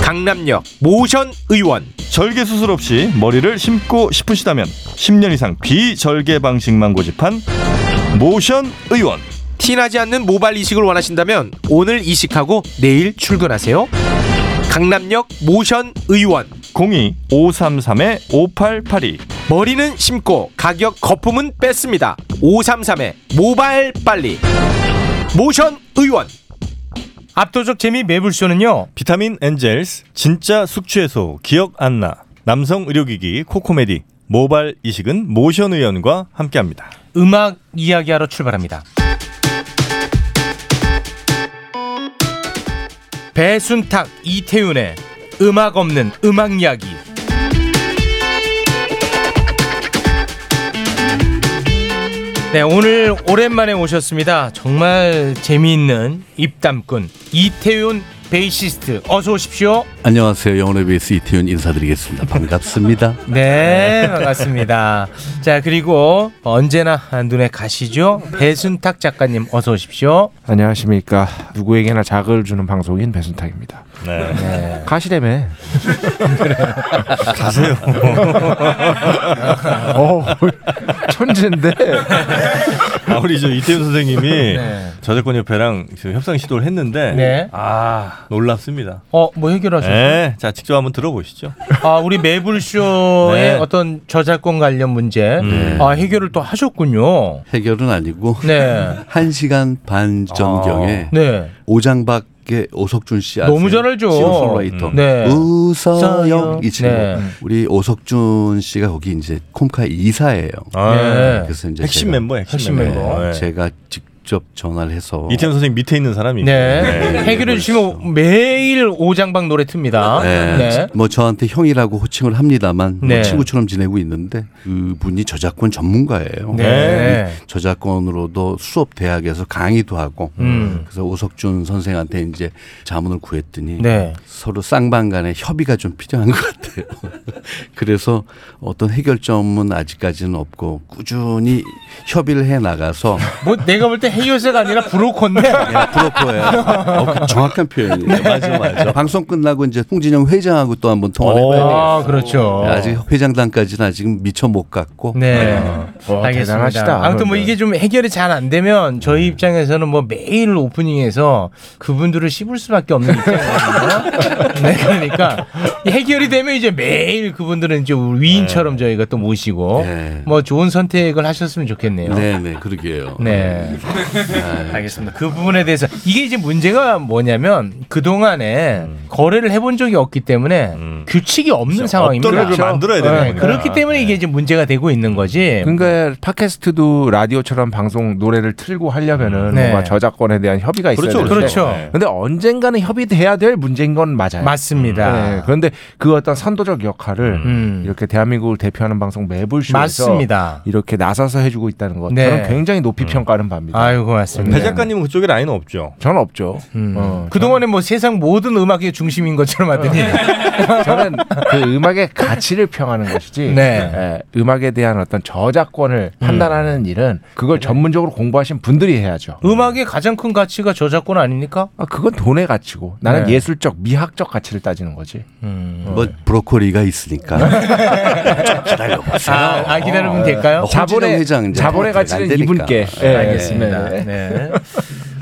Speaker 6: 강남역 모션 의원
Speaker 7: 절개 수술 없이 머리를 심고 싶으시다면 10년 이상 비절개 방식만 고집한 모션 의원
Speaker 6: 티나지 않는 모발 이식을 원하신다면 오늘 이식하고 내일 출근하세요. 강남역 모션 의원
Speaker 7: 02 533의 5882
Speaker 6: 머리는 심고 가격 거품은 뺐습니다. 533의 모발 빨리 모션 의원 압도적 재미 매불쇼는요.
Speaker 7: 비타민 엔젤스 진짜 숙취해소 기억 안나 남성 의료기기 코코메디 모발 이식은 모션 의원과 함께합니다.
Speaker 6: 음악 이야기하러 출발합니다. 배순탁 이태윤의 음악 없는 음악 이야기 네 오늘 오랜만에 오셨습니다 정말 재미있는 입담꾼 이태윤 베이시스트 어서 오십시오
Speaker 14: 안녕하세요. 영혼의 베이스 이태윤 인사드리겠습니다. 반갑습니다.
Speaker 6: 네 반갑습니다 자 그리고 언제나 눈에 가시죠 배순탁 작가님 어서 오십시오
Speaker 11: 안녕하십니까. 누구에게나 자극을 주는 방송인 배순탁입니다.
Speaker 7: 네.
Speaker 6: 네.
Speaker 11: 가시래매.
Speaker 7: 가세요.
Speaker 11: 어, 천재인데.
Speaker 7: 아, 우리 저 이태훈 선생님이
Speaker 6: 네.
Speaker 7: 저작권 협회랑 지금 협상 시도를 했는데
Speaker 6: 네.
Speaker 7: 아 놀랍습니다.
Speaker 6: 어뭐 해결하셨어요?
Speaker 7: 네, 자 직접 한번 들어보시죠.
Speaker 6: 아 우리 매불쇼의
Speaker 7: 네.
Speaker 6: 어떤 저작권 관련 문제
Speaker 7: 네.
Speaker 6: 아 해결을 또 하셨군요.
Speaker 14: 해결은 아니고
Speaker 6: 네,
Speaker 14: 한시간반
Speaker 7: 아.
Speaker 14: 전경에
Speaker 6: 네.
Speaker 14: 오장박의 오석준 씨 아세요?
Speaker 6: 너무 잘 알죠.
Speaker 14: 싱어송라이터.
Speaker 6: 음. 네.
Speaker 14: 웃어요. 이 친구.
Speaker 6: 네.
Speaker 14: 우리 오석준 씨가 거기 이제 콤카 이사예요.
Speaker 6: 네.
Speaker 14: 그래서 이제
Speaker 7: 아. 핵심
Speaker 14: 제가,
Speaker 7: 멤버, 핵심,
Speaker 6: 핵심
Speaker 7: 멤버.
Speaker 6: 멤버.
Speaker 7: 네.
Speaker 14: 제가 직접 전화를
Speaker 11: 어.
Speaker 14: 해서
Speaker 7: 이태훈 선생님 밑에 있는 사람이.
Speaker 6: 네.
Speaker 7: 네.
Speaker 6: 해결해 주시면 매일 오장박 노래 틉니다.
Speaker 14: 네.
Speaker 6: 네.
Speaker 14: 뭐 저한테 형이라고 호칭을 합니다만 뭐
Speaker 6: 네.
Speaker 14: 친구처럼 지내고 있는데 그분이 저작권 전문가예요.
Speaker 6: 네.
Speaker 14: 저작권으로도 수업 대학에서 강의도 하고
Speaker 6: 음.
Speaker 14: 그래서 오석준 선생한테 이제 자문을 구했더니
Speaker 6: 네.
Speaker 14: 서로 쌍방 간에 협의가 좀 필요한 것 같아요. 그래서 어떤 해결점은 아직까지는 없고 꾸준히 협의를 해 나가서
Speaker 6: 뭐 내가 볼 때 헤이어스가 아니라 브로커인데.
Speaker 14: 야, 부럽고요. 어, 그 정확한 표현이에요. 맞아, 맞아. 방송 끝나고 이제 홍진영 회장하고 또 한번 통화를 해봐야 돼요.
Speaker 6: 아 그렇죠.
Speaker 14: 네, 아직 회장단까지는 아직 미처 못 갔고
Speaker 6: 네.
Speaker 11: 어,
Speaker 6: 알겠습니다.
Speaker 11: 대단하시다.
Speaker 6: 아무튼 뭐 이게 좀 해결이 잘 안 되면 저희 입장에서는 뭐 매일 오프닝에서 그분들을 씹을 수밖에 없는 입장이거든요. 네, 그러니까 이 해결이 되면 이제 매일 그분들은 이제 위인처럼 저희가 또 모시고
Speaker 14: 네.
Speaker 6: 뭐 좋은 선택을 하셨으면 좋겠네요.
Speaker 14: 어. 네네 그러게요.
Speaker 6: 네.
Speaker 11: 아,
Speaker 6: 알겠습니다. 그 부분에 대해서 이게 이제 문제가 뭐냐면 그 동안에
Speaker 11: 음.
Speaker 6: 거래를 해본 적이 없기 때문에 규칙이 없는 상황입니다.
Speaker 11: 그렇죠.
Speaker 6: 네,
Speaker 11: 어떤 걸 만들어야 되는 거니까. 네.
Speaker 6: 그렇기 때문에 이게 이제 문제가 되고 있는 거지.
Speaker 11: 그러니까 팟캐스트도 라디오처럼 방송 노래를 틀고 하려면은
Speaker 6: 네.
Speaker 11: 뭔가 저작권에 대한 협의가 있어야
Speaker 6: 그렇죠,
Speaker 11: 되는데
Speaker 6: 그렇죠.
Speaker 11: 근데 언젠가는 협의돼야 될 문제인 건 맞아요.
Speaker 6: 맞습니다. 음.
Speaker 11: 그런데 그 어떤 선도적 역할을 음. 이렇게 대한민국을 대표하는 방송 매불쇼에서
Speaker 6: 맞습니다.
Speaker 11: 이렇게 나서서 해주고 있다는 것
Speaker 6: 네.
Speaker 11: 저는 굉장히 높이 평가하는 바입니다.
Speaker 6: 아유 고맙습니다.
Speaker 11: 배 작가님은 그쪽에 라인은 없죠. 저는 없죠. 어,
Speaker 6: 그동안에 뭐 세상 모든 음악의 중심인 것처럼 하더니
Speaker 11: 저는 그 음악의 가치를 평하는 것이지
Speaker 6: 네.
Speaker 11: 예, 음악에 대한 어떤 저작권을
Speaker 6: 음.
Speaker 11: 판단하는 일은 그걸 전문적으로 공부하신 분들이 해야죠.
Speaker 6: 네. 음악의 가장 큰 가치가 저작권 아닙니까?
Speaker 11: 아, 그건 돈의 가치고 나는
Speaker 6: 네.
Speaker 11: 예술적 미학적 가치를 따지는 거지.
Speaker 14: 뭐 브로콜리가 있으니까
Speaker 6: 아, 아, 기다리면
Speaker 11: 어,
Speaker 6: 될까요?
Speaker 14: 뭐
Speaker 11: 어, 자본의- 자본의 가치는 이분께. 예,
Speaker 6: 알겠습니다. 음,
Speaker 11: 네.
Speaker 6: 네.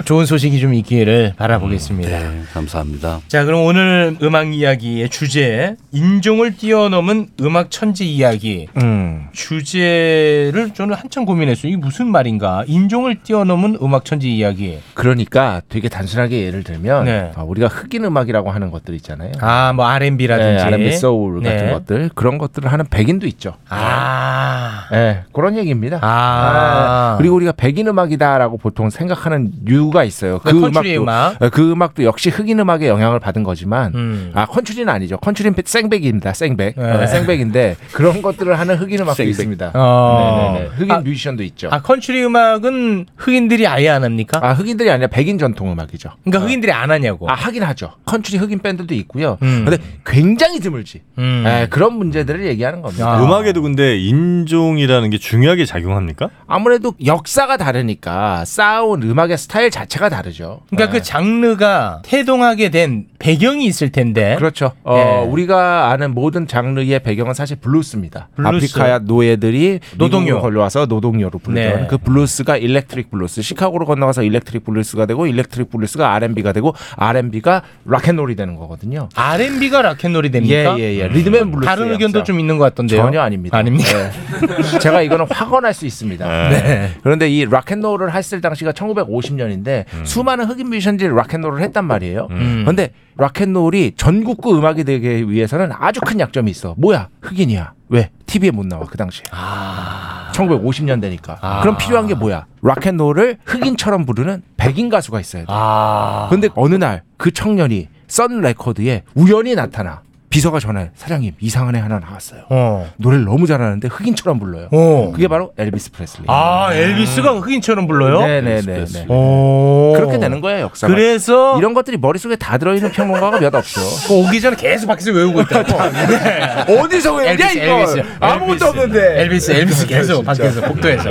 Speaker 6: 좋은 소식이 좀 있기를 바라보겠습니다.
Speaker 14: 네, 감사합니다.
Speaker 6: 자, 그럼 오늘 음악 이야기의 주제 인종을 뛰어넘은 음악 천재 이야기.
Speaker 11: 음.
Speaker 6: 주제를 저는 한참 고민했어요. 이게 무슨 말인가? 인종을 뛰어넘은 음악 천재 이야기.
Speaker 11: 그러니까 되게 단순하게 예를 들면
Speaker 6: 네.
Speaker 11: 아, 우리가 흑인 음악이라고 하는 것들 있잖아요.
Speaker 6: 아, 뭐 R&B라든지
Speaker 11: 네, R&B 소울 같은
Speaker 6: 네.
Speaker 11: 것들 그런 것들을 하는 백인도 있죠.
Speaker 6: 아,
Speaker 11: 네, 그런 얘기입니다.
Speaker 6: 아.
Speaker 11: 네, 그리고 우리가 백인 음악이다라고 보통 생각하는 이유가 있어요. 그
Speaker 6: 네, 컨트리
Speaker 11: 음악도
Speaker 6: 음악.
Speaker 11: 네, 그 음악도 역시 흑인 음악의 영향을 받은 거지만
Speaker 6: 음.
Speaker 11: 아 컨트리는 아니죠. 컨트리는 생백입니다. 생백
Speaker 6: 네.
Speaker 11: 어, 생백인데 그런 것들을 하는 흑인 음악도
Speaker 6: 생백.
Speaker 11: 있습니다.
Speaker 6: 어.
Speaker 11: 네, 네, 네. 흑인 뮤지션도 있죠.
Speaker 6: 아 컨트리 음악은 흑인들이 아예 안 합니까?
Speaker 11: 아 흑인들이 아니라 백인 전통 음악이죠.
Speaker 6: 그러니까 흑인들이 안 하냐고.
Speaker 11: 아 하긴 하죠. 컨트리 흑인 밴드도 있고요.
Speaker 6: 음.
Speaker 11: 근데 굉장히 드물지.
Speaker 6: 음. 아.
Speaker 11: 예, 그런 문제들을 얘기하는 겁니다.
Speaker 7: 아. 음악에도 근데 인종이라는 게 중요하게 작용합니까?
Speaker 11: 아무래도 역사가 다르니까 쌓아온 음악의 스타일 자체가 다르죠. 예.
Speaker 6: 그러니까 그 장르가 태동하게 된 배경이 있을 텐데.
Speaker 11: 그렇죠. 어, 우리가 아는 모든 장르의 배경은 사실 블루스입니다.
Speaker 6: 블루스.
Speaker 11: 아프리카야 노예들이
Speaker 6: 노동요.
Speaker 11: 미국으로 걸려와서 노동요로 부르던
Speaker 6: 네.
Speaker 11: 그 블루스가 일렉트릭 블루스, 시카고로 건너가서 일렉트릭 블루스가 되고 일렉트릭 블루스가 R&B가 되고 R&B가 락앤롤이 되는 거거든요.
Speaker 6: R&B가 락앤롤이 됩니까?
Speaker 11: 예, 예, 예. 리듬앤 블루스
Speaker 6: 다른 의견도
Speaker 11: 약자.
Speaker 6: 좀 있는 것 같던데요.
Speaker 11: 전혀 아닙니다. 네.
Speaker 6: 아닙니까?
Speaker 11: 제가 이거는 확언할 수 있습니다.
Speaker 6: 네.
Speaker 11: 그런데 이 락앤롤을 했을 당시가 1950년인데 수많은 흑인 뮤지션들이 락앤롤을 했단 말이에요.
Speaker 6: 음.
Speaker 11: 그런데 락앤롤이 전국구 음악이 되기 위해서는 아주 큰 약점이 있어. 뭐야 흑인이야. 왜 TV에 못 나와 그 당시에.
Speaker 6: 아.
Speaker 11: 1950년대니까. 그럼 필요한 게 뭐야? 락앤롤을 흑인처럼 부르는 백인 가수가 있어야 돼.
Speaker 6: 아.
Speaker 11: 근데 어느 날 그 청년이 썬 레코드에 우연히 나타나 비서가 전화해 사장님 이상한 애 하나 나왔어요. 노래를 너무 잘하는데 흑인처럼 불러요. 그게 바로 엘비스 프레슬리.
Speaker 6: 어. 아, 엘비스가 흑인처럼 불러요?
Speaker 11: 네네네. 그렇게 되는 거예요 역사.
Speaker 6: 그래서 그
Speaker 11: 이런 것들이 머릿속에 다 들어있는 평론가가 몇 없어.
Speaker 6: 오기 전에 계속 밖에서 외우고 있다고.
Speaker 11: 네. 어디서 외우냐
Speaker 6: 엘비스, 엘비스,
Speaker 11: 이걸 아무것도 없는데. 그렇죠. 음.
Speaker 6: 엘비스, 엘비스 계속 밖에서 복도에서.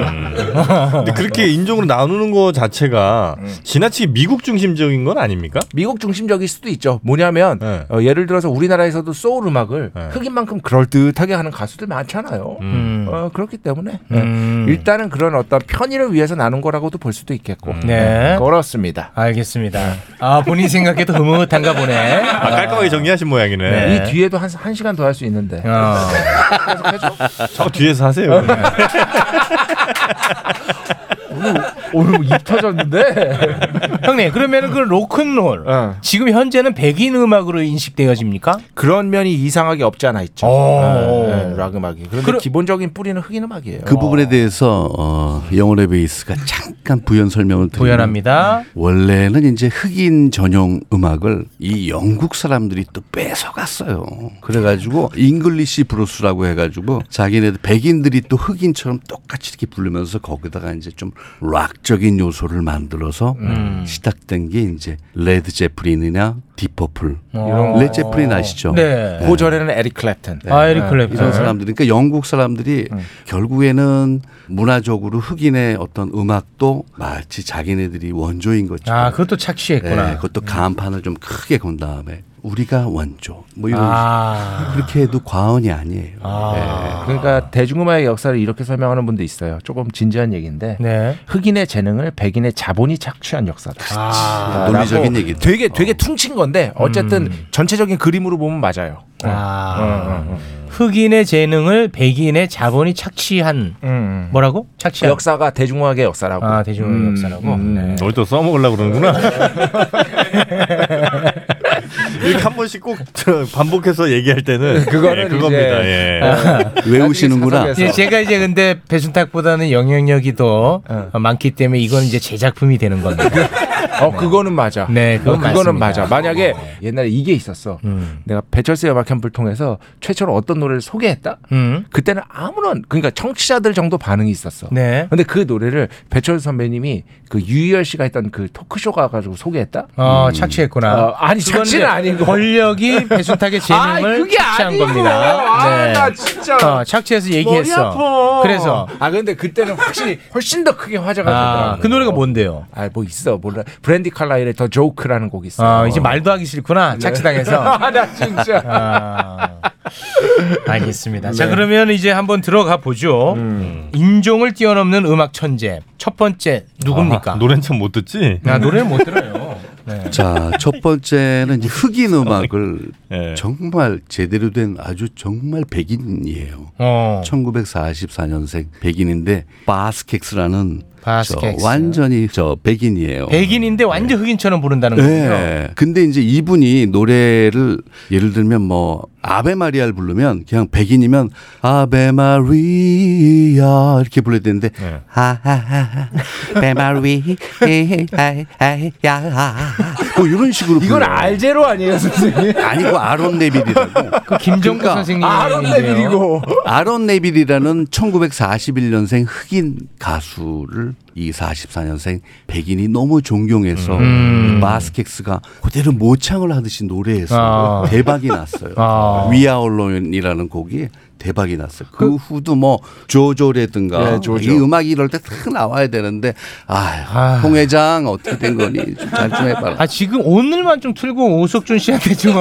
Speaker 7: 근데 그렇게 인종으로 나누는 거 자체가 지나치게 미국 중심적인 건 아닙니까?
Speaker 11: 음.
Speaker 7: 네.
Speaker 11: 미국 중심적일 수도 있죠. 뭐냐면 어, 예를 들어서 우리나라에서도 소울 음악을 흑인만큼 그럴듯하게 하는 가수들 많잖아요.
Speaker 6: 음.
Speaker 11: 어, 그렇기 때문에 네. 일단은 그런 어떤 편의를 위해서 나눈 거라고도 볼 수도 있겠고.
Speaker 6: 네.
Speaker 11: 그렇습니다.
Speaker 6: 알겠습니다. 아, 본인 생각에도 흐뭇한가 보네.
Speaker 7: 아, 깔끔하게 정리하신 모양이네.
Speaker 11: 네. 이 뒤에도 한, 한 시간 더 할 수 있는데.
Speaker 6: 아.
Speaker 7: 저 뒤에서
Speaker 11: 어.
Speaker 7: 하세요.
Speaker 11: 오늘 입 터졌는데. 어.
Speaker 6: 형님, 그러면은 그 로큰롤 지금 현재는 백인 음악으로 인식되어집니까?
Speaker 11: 그런 면이 이상하게 없지 않아 있죠. 네, 네, 락 음악이. 그런데 기본적인 뿌리는 흑인 음악이에요.
Speaker 14: 그 부분에 대해서 어, 영어의 베이스가 잠깐 부연 설명을 드리면
Speaker 6: 부연합니다.
Speaker 11: 음.
Speaker 14: 원래는 이제 흑인 전용 음악을 이 영국 사람들이 또 뺏어갔어요. 그래가지고 잉글리시 브루스라고 해가지고 자기네들 백인들이 또 흑인처럼 똑같이 이렇게 부르면서 거기다가 이제 좀 락적인 요소를 만들어서
Speaker 6: 음.
Speaker 14: 시작된 게 이제 레드 제프린이나 디퍼플
Speaker 11: 어.
Speaker 14: 레드 제프린 아시죠?
Speaker 11: 네. 그 전에는 에릭 클랩튼.
Speaker 6: 아,
Speaker 11: 음.
Speaker 14: 네. 이런 사람들이 그러니까 영국 사람들이 결국에는 문화적으로 흑인의 어떤 음악도 마치 자기네들이 원조인 것처럼
Speaker 6: 아, 그것도 착시했구나.
Speaker 14: 네, 그것도 간판을 좀 크게 건 다음에 우리가 원조 뭐 이런
Speaker 6: 아.
Speaker 14: 그렇게 해도 과언이 아니에요.
Speaker 11: 네. 그러니까 대중음악의 역사를 이렇게 설명하는 분도 있어요. 조금 진지한 얘기인데
Speaker 6: 네.
Speaker 11: 흑인의 재능을 백인의 자본이 착취한 역사다.
Speaker 6: 아,
Speaker 14: 네,
Speaker 11: 아, 어.
Speaker 14: 논리적인 얘기죠.
Speaker 11: 되게 되게 퉁친 건데 어쨌든 어, 전체적인 그림으로 보면 음. 맞아요.
Speaker 6: 아. 흑인의 재능을 백인의 자본이 착취한 뭐라고? 착취한
Speaker 11: 음, 그 역사가 대중화의 역사라고. 음,
Speaker 6: 아, 대중화의 역사라고. 네.
Speaker 7: 널 또 써먹으려고 그러는구나. 이렇게 한 번씩 꼭 저 반복해서 얘기할
Speaker 11: 네,
Speaker 7: 때는
Speaker 6: 그거는
Speaker 7: 예, 그겁니다.
Speaker 6: 이제-
Speaker 7: 예.
Speaker 6: 아,
Speaker 7: 외우시는구나.
Speaker 6: 예, 제가 이제 근데 배순탁보다는 영향력이 더 어, 많기 때문에 이건 이제 제 작품이 되는 겁니다.
Speaker 11: 어, 그거는 맞아.
Speaker 6: 네,
Speaker 11: 어,
Speaker 6: 그건
Speaker 11: 그거는
Speaker 6: 맞습니다. 어, 음.
Speaker 11: 맞아. 만약에 옛날에 이게 있었어. 내가 배철수 음악 캠프를 통해서 최초로 어떤 노래를 소개했다.
Speaker 6: 음.
Speaker 11: 그때는 아무런 그러니까 청취자들 정도 반응이 있었어.
Speaker 6: 네.
Speaker 11: 근데 그 노래를 배철수 선배님이 그 유희열 씨가 했던 그 토크쇼 가가지고 소개했다.
Speaker 6: 어, 착취했구나.
Speaker 11: 어, 아니
Speaker 6: 그건
Speaker 11: 착취는 아니고
Speaker 6: 권력이 배순탁의 재능을 착취한 겁니다. 네.
Speaker 11: 아나 진짜.
Speaker 6: 어, 착취해서 얘기했어.
Speaker 11: 머리 아파.
Speaker 6: 그래서
Speaker 11: 아 근데 그때는 확실히 훨씬 더 크게 화제가
Speaker 6: 아,
Speaker 11: 됐더라고.
Speaker 6: 그 노래가 뭔데요?
Speaker 11: 아 뭐 있어 몰라. 브랜디 칼라일의 더 조크라는 곡이 있어. 네.
Speaker 6: 아, 이제 말도 하기 싫구나. 착취당해서. 아.
Speaker 11: 아, 나 진짜.
Speaker 6: 알겠습니다.
Speaker 11: 네. 음.
Speaker 6: 자 그러면 이제 한번 들어가 보죠. 인종을 뛰어넘는 음악 천재 첫 번째
Speaker 11: 아,
Speaker 6: 누굽니까?
Speaker 7: 노래는 참 못 듣지?
Speaker 11: 네. 음.
Speaker 6: 나 노래를 못 들어요.
Speaker 14: 자, 첫 번째는 이제 흑인 음악을
Speaker 6: 네.
Speaker 14: 정말 제대로 된 아주 정말 백인이에요.
Speaker 6: 어.
Speaker 14: 1944년생 백인인데 바스켑스라는
Speaker 6: 바스켑스.
Speaker 14: 저 완전히 저 백인이에요.
Speaker 6: 백인인데 완전 흑인처럼 부른다는 거군요.
Speaker 14: 네. 근데 이제 이분이 노래를 예를 들면 뭐 아베 마리아를 부르면 그냥 백인이면 아베 마리아 이렇게 불러야 되는데 하하하 아베 아, 마리아야 뭐 이런 식으로
Speaker 11: 이건
Speaker 14: 불러요.
Speaker 11: 알제로 아니에요 선생님?
Speaker 14: 아니고 아론 네빌이라고.
Speaker 6: 그 김정국 선생님 아론 얘기인데요. 네빌이고.
Speaker 14: 아론 네빌이라는 1941년생 흑인 가수를 이 44년생 백인이 너무 존경해서
Speaker 6: 음.
Speaker 14: 마스켑스가 그대로 모창을 하듯이 노래해서
Speaker 6: 아.
Speaker 14: 대박이 났어요.
Speaker 6: 아.
Speaker 14: 위아올론이라는 곡이 대박이 났어요. 그 후도 뭐 조조라든가
Speaker 15: 네, 조조.
Speaker 14: 이 음악이 이럴 때 탁 나와야 되는데 아, 홍 회장 어떻게 된 거니 잘 좀 해봐라.
Speaker 6: 아 지금 오늘만 좀 틀고 오석준 씨한테 좀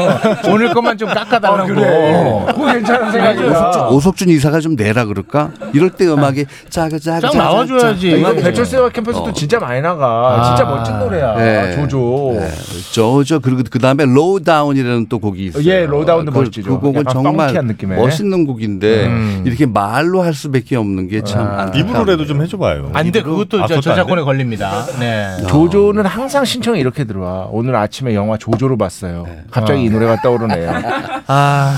Speaker 6: 오늘 것만 좀 깎아달라고.
Speaker 14: 그래.
Speaker 11: 그거 괜찮은
Speaker 14: 오석준,
Speaker 11: 아.
Speaker 14: 오석준 이사가 좀 내라 그럴까? 이럴 때 음악이 짜그
Speaker 8: 아,
Speaker 14: 짜그
Speaker 11: 쫙
Speaker 14: 짜그
Speaker 11: 나와줘야지.
Speaker 14: 짜그
Speaker 11: 이건
Speaker 14: 짜그
Speaker 11: 배철수
Speaker 14: 짜그
Speaker 11: 음악 캠퍼스도
Speaker 14: 어.
Speaker 11: 진짜 많이 나가.
Speaker 14: 아.
Speaker 11: 진짜 멋진 노래야.
Speaker 14: 네.
Speaker 11: 조조.
Speaker 14: 네. 조조 그리고 그 다음에 로우 다운이라는 또 곡이 있어요.
Speaker 11: 예, 로우 다운도
Speaker 14: 그,
Speaker 11: 멋지죠.
Speaker 14: 그 곡은
Speaker 11: 약간
Speaker 14: 정말
Speaker 11: 펑키한 느낌의.
Speaker 14: 멋있는 곡인데 이렇게 말로 할 수밖에 없는 게참
Speaker 11: 아.
Speaker 14: 안타까운.
Speaker 11: 입으로라도
Speaker 7: 좀 해줘봐요.
Speaker 6: 안돼 아, 그것도 저 저작권에 걸립니다. 네.
Speaker 11: 조조는 항상 신청이 이렇게 들어와. 오늘 아침에 영화 조조로 봤어요. 갑자기
Speaker 6: 어.
Speaker 11: 이 노래가 떠오르네요.
Speaker 6: 아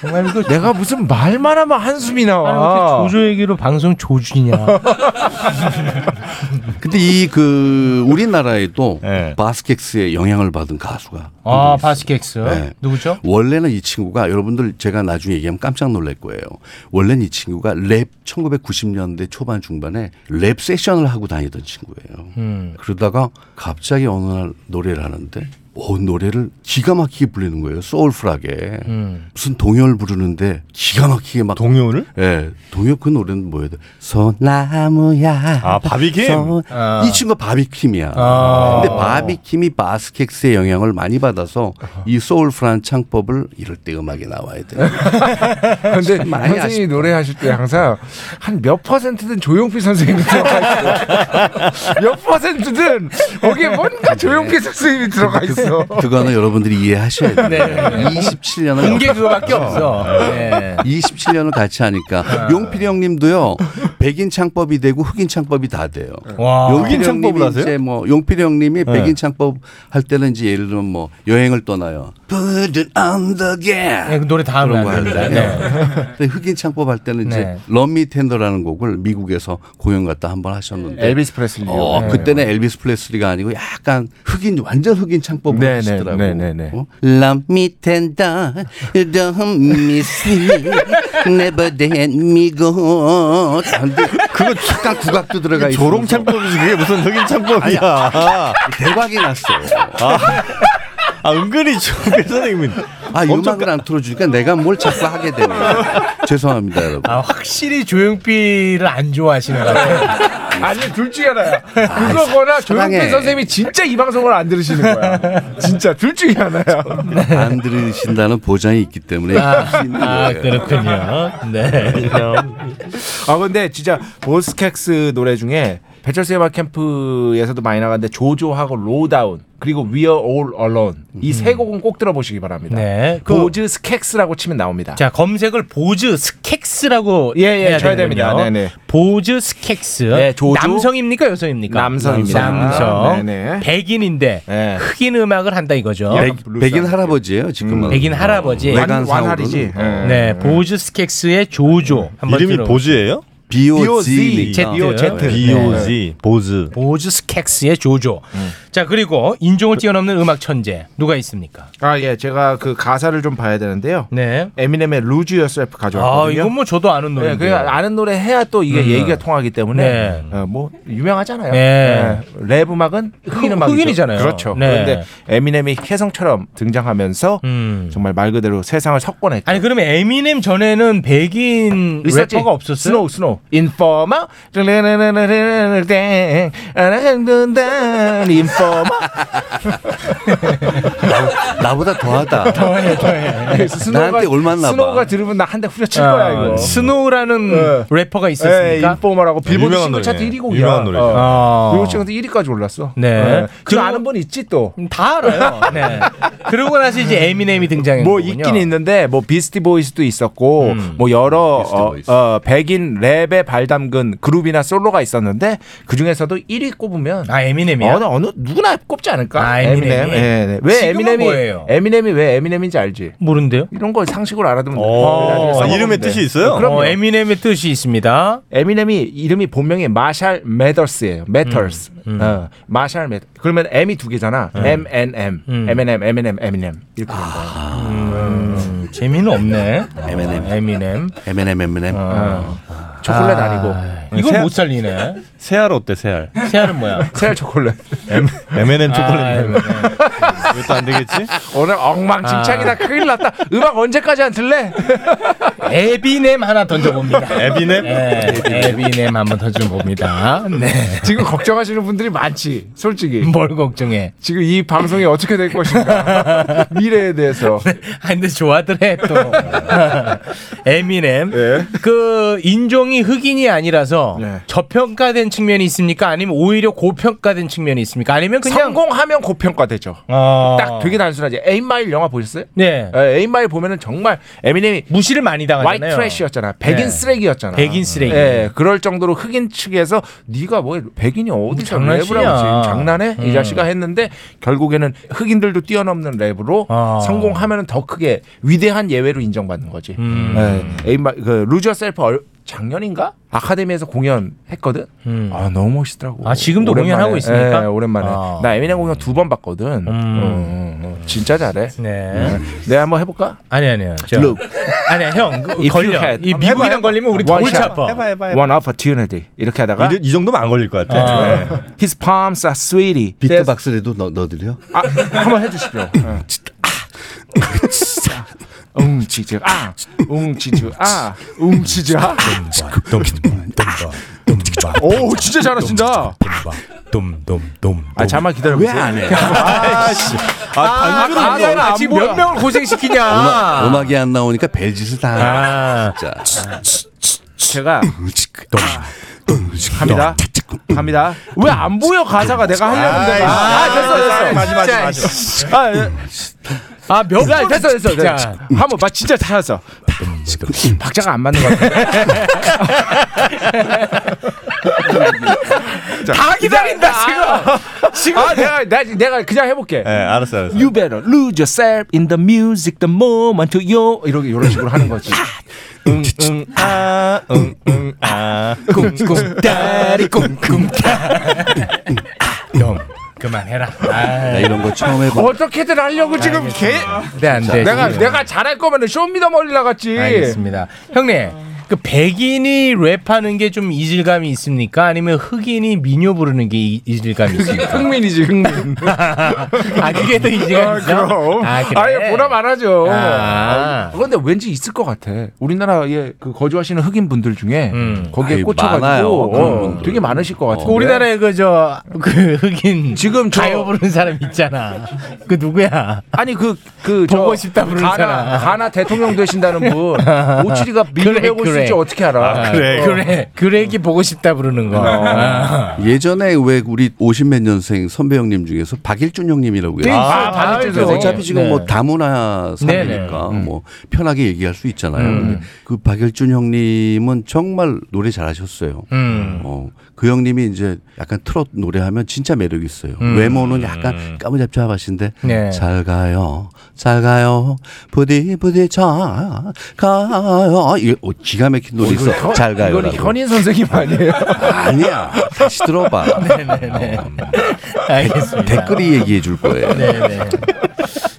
Speaker 6: 정말 이거
Speaker 11: 내가 무슨 말만 하면 한숨이 나와.
Speaker 6: 아니, 어떻게 조조 얘기로 방송 조준이냐.
Speaker 14: 근데 이 그 우리나라에도
Speaker 11: 예.
Speaker 14: 바스켓스의 영향을 받은 가수가
Speaker 6: 아 바스켓스 누구죠?
Speaker 14: 원래는 이 친구가 여러분들 제가 나중에 얘기하면 깜짝 놀랄 거예요. 원래는 이 친구가 랩 1990년대 초반 중반에 랩 세션을 하고 다니던 친구예요.
Speaker 6: 음.
Speaker 14: 그러다가 갑자기 어느 날 노래를 하는데 어 노래를 기가 막히게 부르는 거예요. 소울풀하게.
Speaker 6: 음.
Speaker 14: 무슨 동요를 부르는데 기가 막히게 막
Speaker 7: 동요를?
Speaker 14: 예. 동요 그 노래는 뭐예요? 소나무야.
Speaker 7: 아, 바비킴?
Speaker 14: 소-
Speaker 7: 아.
Speaker 14: 이 친구가 바비킴이야.
Speaker 7: 아.
Speaker 14: 근데 바비킴이 바스켑스의 영향을 많이 받아서 이 소울풀한 창법을 이럴 때 음악에 나와야 돼.
Speaker 11: 근데
Speaker 14: 많이
Speaker 11: 선생님이
Speaker 14: 아쉽다.
Speaker 11: 노래하실 때 항상 한 몇 퍼센트든 조용필 선생님이 들어가 있어. 몇 퍼센트든 거기에
Speaker 6: 네.
Speaker 11: 뭔가 조용필 선생님이 들어가 있어.
Speaker 14: 그거는 여러분들이 이해하셔야 돼요.
Speaker 11: 네.
Speaker 14: 27년을
Speaker 11: 공개 그거밖에 없어.
Speaker 6: 네.
Speaker 14: 27년을 같이
Speaker 6: 아.
Speaker 14: 하니까 용필이 형님도요. 백인 창법이 되고 흑인 창법이 다 돼요.
Speaker 6: 와.
Speaker 14: 용필이
Speaker 6: 흑인 창법을
Speaker 14: 형님이
Speaker 6: 하세요?
Speaker 14: 이제 뭐 용필이 형님이
Speaker 6: 네.
Speaker 14: 백인 창법 할 때는 이제 예를 들면 뭐 여행을 떠나요. Put it on the gas.
Speaker 6: 네, 그 노래 다 하면 안
Speaker 14: 그런 거
Speaker 6: 됩니다.
Speaker 14: 하는데. 네. 근데 흑인 창법 할 때는
Speaker 6: 네.
Speaker 14: 이제 런미 텐더라는 곡을 미국에서 공연 갔다 한 번
Speaker 6: 네.
Speaker 14: 하셨는데
Speaker 11: 엘비스 프레슬리.
Speaker 14: 어,
Speaker 11: 네.
Speaker 14: 그때는 엘비스 프레슬리가 아니고 약간 흑인 완전 흑인 창법을
Speaker 11: 네,
Speaker 14: 하시더라고.
Speaker 11: 네, 네, 네, 네.
Speaker 14: 어? Love me tender, don't miss me, never let me go. 근데 그거 약간 구각도 들어가 있어.
Speaker 7: 그 조롱 창법이지 그게 무슨 흑인 창법이야.
Speaker 14: 아니야. 대박이 났어.
Speaker 7: 아, 아 은근히 조용필 선생님은
Speaker 14: 아, 이 음악을 안 틀어주니까 내가 뭘 자꾸 하게 되네. 죄송합니다, 여러분.
Speaker 6: 아 확실히 조용필을 안 좋아하시는 것 같아요. 아,
Speaker 11: 아니 둘 중에 하나야. 그거거나 조용필
Speaker 6: 사랑해.
Speaker 11: 선생님이 진짜 이 방송을 안 들으시는 거야. 진짜 둘 중에 하나야.
Speaker 14: 안 들으신다는 보장이 있기 때문에.
Speaker 6: 아 그렇군요. 네.
Speaker 11: 아 근데 진짜 보스켑스 노래 중에
Speaker 5: 배철수의 음악 캠프에서도 많이 나갔는데 조조하고 로다운 그리고 We Are All Alone 이 세 곡은 꼭 들어보시기 바랍니다.
Speaker 6: 음. 네, 그-
Speaker 5: 보즈 스캑스라고 치면 나옵니다.
Speaker 6: 자 검색을 보즈 스캑스라고
Speaker 5: 예, 예,
Speaker 6: 해야
Speaker 5: 쳐야 됩니다.
Speaker 6: 되는군요.
Speaker 5: 네, 네.
Speaker 6: 보즈 스캑스
Speaker 5: 네, 조조.
Speaker 6: 남성입니까 여성입니까?
Speaker 5: 남성입니다.
Speaker 6: 남성
Speaker 5: 네, 네.
Speaker 6: 백인인데 흑인 음악을 한다 이거죠.
Speaker 14: 예, 백, 인 할아버지예요
Speaker 5: 음.
Speaker 14: 지금은.
Speaker 6: 백인 할아버지.
Speaker 14: 외관 사고로는.
Speaker 6: 네. 보즈 스캑스의 조조
Speaker 14: 음.
Speaker 6: 한번
Speaker 7: 이름이
Speaker 6: 들어-
Speaker 7: 보즈예요?
Speaker 6: BOZ.
Speaker 11: 아.
Speaker 5: 네.
Speaker 6: Z.
Speaker 11: 네,
Speaker 6: 네.
Speaker 7: BOZ. BOZ. 보즈.
Speaker 6: 보즈 스캑스의 조조.
Speaker 11: 음.
Speaker 6: 자 그리고 인종을 뛰어넘는 음악 천재 누가 있습니까?
Speaker 11: 아, 예. 제가 그 가사를 좀 봐야 되는데요.
Speaker 6: 네.
Speaker 11: 에미넴의 Lose Yourself
Speaker 6: 아
Speaker 11: 가져왔거든요.
Speaker 6: 이건 뭐 저도 아는
Speaker 11: 네,
Speaker 6: 노래.
Speaker 11: 그러니까 아는 노래 해야 또 이게
Speaker 6: 음.
Speaker 11: 얘기가 통하기 때문에
Speaker 6: 네.
Speaker 11: 어, 뭐 유명하잖아요.
Speaker 6: 네.
Speaker 11: 네. 랩 음악은 흑인
Speaker 6: 흑-
Speaker 11: 음악이죠.
Speaker 6: 흑인이잖아요.
Speaker 11: 그렇죠.
Speaker 6: 네.
Speaker 11: 그런데 에미넴이 혜성처럼 등장하면서
Speaker 6: 음.
Speaker 11: 정말 말 그대로 세상을 석권했죠.
Speaker 6: 아니 그러면 에미넴 전에는 백인
Speaker 11: 있었지.
Speaker 6: 음, 래퍼가 없었어요?
Speaker 11: 스노우 스노우 인포머 인포머
Speaker 14: 나보다 더하다.
Speaker 11: 더해, 더해.
Speaker 14: 그래서 스노우가- 나한테 올맞나 봐.
Speaker 11: 스노우가 들으면 나 한 대 후려칠
Speaker 6: 아,
Speaker 11: 거야 이거.
Speaker 6: 스노우라는 래퍼가 있었습니까?
Speaker 11: 예, 네. 인포머라고 빌보드
Speaker 6: 유명한
Speaker 11: 싱글 차트
Speaker 6: 노래네요.
Speaker 11: 1위곡이야. 어,
Speaker 6: 유명한 노래죠. 아.
Speaker 11: 빌보드 싱글 차트 1위까지 올랐어.
Speaker 6: 네. 음,
Speaker 11: 그 아는 분 있지 또.
Speaker 6: 다 알아요. 네. 그러고 나서 이제 에미넴이 등장했군요.
Speaker 11: 뭐 있긴 있는데 뭐 비스티 보이스도 있었고 뭐 여러 어, 어, 백인 랩에 발담근 그룹이나 솔로가 있었는데 그 중에서도 1위 꼽으면
Speaker 6: 아 에미넴이요?
Speaker 11: 어느 어느 누구나 꼽지 않을까?
Speaker 6: 아, 에미넴이?
Speaker 11: 예, 네. 왜
Speaker 6: 지금은
Speaker 11: 에미넴이
Speaker 6: 뭐예요?
Speaker 11: 에미넴이 왜 에미넴인지 알지?
Speaker 6: 모른데요?
Speaker 11: 이런 걸 상식으로 알아두면 돼.
Speaker 6: 어, 이름의 뜻이 있어요?
Speaker 11: 네. 그럼
Speaker 6: 어, 에미넴의 뜻이 있습니다.
Speaker 11: 에미넴이 이름이 본명이 마샬 매더스예요. 매터스.
Speaker 6: 음, 음.
Speaker 11: 어, 마샬 매더. 그러면 M이 두 개잖아.
Speaker 6: 음.
Speaker 11: M N M,
Speaker 6: 음. 아.
Speaker 11: M N M, M N M, Eminem 이렇게.
Speaker 6: 음, 재미는 없네. 에미넴.
Speaker 11: 아,
Speaker 6: 에미넴.
Speaker 14: M&M M&M.
Speaker 11: 초콜릿
Speaker 6: 아,
Speaker 11: 아니고.
Speaker 6: 이건
Speaker 11: 새알-
Speaker 6: 못 살리네.
Speaker 7: 새알 어때 새알?
Speaker 6: 새알은 뭐야?
Speaker 11: 새알 초콜릿.
Speaker 7: M&M
Speaker 6: 아,
Speaker 11: 네.
Speaker 7: 초콜릿.
Speaker 6: M&M.
Speaker 7: 이것도 안 되겠지?
Speaker 11: 오늘
Speaker 6: 아.
Speaker 11: 엉망진창이다. 큰일 났다. 음악 언제까지 안 틀래?
Speaker 6: 에비넴 하나 던져봅니다.
Speaker 7: 에비넴?
Speaker 6: 네, 에비넴 한번 던져봅니다. 네.
Speaker 11: 지금 걱정하시는 분들이 많지. 솔직히.
Speaker 6: 뭘 걱정해?
Speaker 11: 지금 이 방송이 어떻게 될 것인가? 미래에 대해서.
Speaker 6: 아, 근데 좋아들 해, 또. 에미넴.
Speaker 11: 예.
Speaker 6: 그, 인종이 흑인이 아니라서
Speaker 11: 네.
Speaker 6: 저평가된 측면이 있습니까? 아니면 오히려 고평가된 측면이 있습니까? 아니면 그냥. 아.
Speaker 11: 성공하면 고평가되죠. 딱 되게 단순하지. 에임마일 영화 보셨어요? 예,
Speaker 6: 네.
Speaker 11: 에임마일 보면은 정말 에미넴이
Speaker 6: 무시를 많이 당하잖아요.
Speaker 11: 화이트 트래시였잖아. 백인
Speaker 6: 네.
Speaker 11: 쓰레기였잖아.
Speaker 6: 백인 쓰레기.
Speaker 11: 예, 그럴 정도로 흑인 측에서 네가 뭐 백인이 어디서
Speaker 6: 뭐
Speaker 11: 랩을
Speaker 6: 장난치냐.
Speaker 11: 하고 지금 장난해?
Speaker 6: 음.
Speaker 11: 이 자식아 했는데 결국에는 흑인들도 뛰어넘는 랩으로
Speaker 6: 아.
Speaker 11: 성공하면은 더 크게 위대한 예외로 인정받는 거지.
Speaker 6: 음.
Speaker 11: 예, 에임마 그 루저 셀프 얼, 작년인가 아카데미에서 공연했거든.
Speaker 6: 음.
Speaker 11: 아 너무 멋있더라고.
Speaker 6: 아, 지금도
Speaker 11: 오랜만에.
Speaker 6: 공연하고 있습니까?
Speaker 11: 예, 오랜만에.
Speaker 6: 아.
Speaker 11: 나 에미넴 공연 두 번 봤거든. 음, 음, 진짜 잘해.
Speaker 6: 네.
Speaker 11: 내가 한번 해볼까?
Speaker 6: 아니 아니요. 저- 아니야, 형. 그
Speaker 11: If you
Speaker 6: 걸려.
Speaker 11: had-
Speaker 6: 이
Speaker 11: 해봐,
Speaker 6: 미국이랑
Speaker 11: 해봐.
Speaker 6: 걸리면 우리
Speaker 11: One
Speaker 6: 골치
Speaker 11: shot.
Speaker 6: 아파.
Speaker 11: 해봐, 해봐, 해봐. One opportunity 이렇게 하다가
Speaker 7: 이, 이 정도면 안 걸릴 것 같아. 네.
Speaker 11: His palms are sweaty.
Speaker 14: 비트박스라도 넣, 넣어드려?
Speaker 11: 아, 한번 해주십시오. 웅치즈 아, 웅치즈 아, 웅치즈 아. 오, 진짜 잘하신다.
Speaker 5: 돔돔돔.
Speaker 11: 아, 잠만 기다려. 왜안 해? 아, 씨. 아,
Speaker 6: 단순히
Speaker 11: 아,
Speaker 6: 아니야.
Speaker 11: 아,
Speaker 6: 지금 몇 명을 고생시키냐.
Speaker 14: 음악, 음악이 안 나오니까 벨짓을 다. 아. 진짜.
Speaker 11: 제가 갑니다. 갑니다. 왜 안 보여 가사가 내가 하려는데? 아, 됐어, 됐어.
Speaker 7: 마지막,
Speaker 11: 진짜,
Speaker 7: 마지막.
Speaker 11: 씨. 아, 예.
Speaker 6: 아, 몇
Speaker 11: 야, 됐어, 됐어.
Speaker 6: 진짜.
Speaker 11: 됐어. 한번 봐, 진짜 찾았어. 박자가 안 맞는 것 같아.
Speaker 6: 다 기다린다
Speaker 11: 지금. 지금. 아, 내가, 나, 내가 그냥 해볼게.
Speaker 7: 예, 알았어, 알았어.
Speaker 11: You better lose yourself in the music the moment you 이렇게 이런 식으로 하는 거지.
Speaker 6: 아.
Speaker 11: 아,
Speaker 7: 응응아응응아
Speaker 6: 꿈꿈다리 꿈꿈다. 형 아, 그만해라. 아,
Speaker 14: 나 이런 거 처음 해봐.
Speaker 11: 어떻게든 하려고 지금 개.
Speaker 6: 네, 안 돼.
Speaker 11: 내가
Speaker 6: 지금.
Speaker 11: 내가 잘할 거면은 쇼미더머리 나갔지.
Speaker 6: 알겠습니다. 형님, 그 백인이 랩하는 게 좀 이질감이 있습니까? 아니면 흑인이 민요 부르는 게 이- 이질감이 있습니까?
Speaker 11: 흥민이지 흥민.
Speaker 6: 아 그게 더 이질감 있어?
Speaker 11: 그럼.
Speaker 6: 아,
Speaker 11: 아,
Speaker 6: 그래?
Speaker 11: 예 보람 안 하죠.
Speaker 6: 아.
Speaker 11: 아, 근데 왠지 있을 것 같아. 우리나라에 그 거주하시는 흑인 분들 중에 거기에
Speaker 14: 아이,
Speaker 11: 꽂혀가지고
Speaker 14: 많아요, 그런
Speaker 11: 어,
Speaker 14: 분들.
Speaker 11: 되게 많으실 것 같아.
Speaker 6: 그 우리나라에 그저그 흑인
Speaker 11: 지금 저-
Speaker 6: 가요 부르는 사람 있잖아. 그 누구야?
Speaker 11: 아니 그 그
Speaker 6: 보고 싶다 부르는
Speaker 11: 가나
Speaker 6: 사람.
Speaker 11: 가나 대통령 되신다는 분 오칠이가
Speaker 6: 그래,
Speaker 11: 밀고 배우고
Speaker 6: 그래.
Speaker 11: 그랬지 어떻게 알아? 어.
Speaker 6: 그래. 그래기 보고 싶다 부르는 거. 아.
Speaker 14: 예전에 왜 우리 50몇 년생 선배 형님 중에서 박일준 형님이라고
Speaker 6: 네, 있어요. 아, 박일준
Speaker 14: 그래서 어차피
Speaker 6: 선생님.
Speaker 14: 지금
Speaker 6: 네.
Speaker 14: 뭐 다문화 사회니까 뭐 편하게 얘기할 수 있잖아요.
Speaker 6: 음.
Speaker 14: 근데 그 박일준 형님은 정말 노래 잘하셨어요.
Speaker 6: 음.
Speaker 14: 어, 그 형님이 이제 약간 트롯 노래하면 진짜 매력 있어요.
Speaker 6: 음.
Speaker 14: 외모는 약간 까무잡잡하신데
Speaker 6: 네.
Speaker 14: 잘 가요, 잘 가요, 부디 부디 잘 가요. 이게 어, 기가 막힌 노래 있어. 잘 가요.
Speaker 11: 이거는 현인 선생님 아니에요?
Speaker 14: 아니야. 다시 들어봐.
Speaker 6: 네네네. 알겠습니다.
Speaker 14: 댓글이 얘기해 줄 거예요.
Speaker 6: 네네.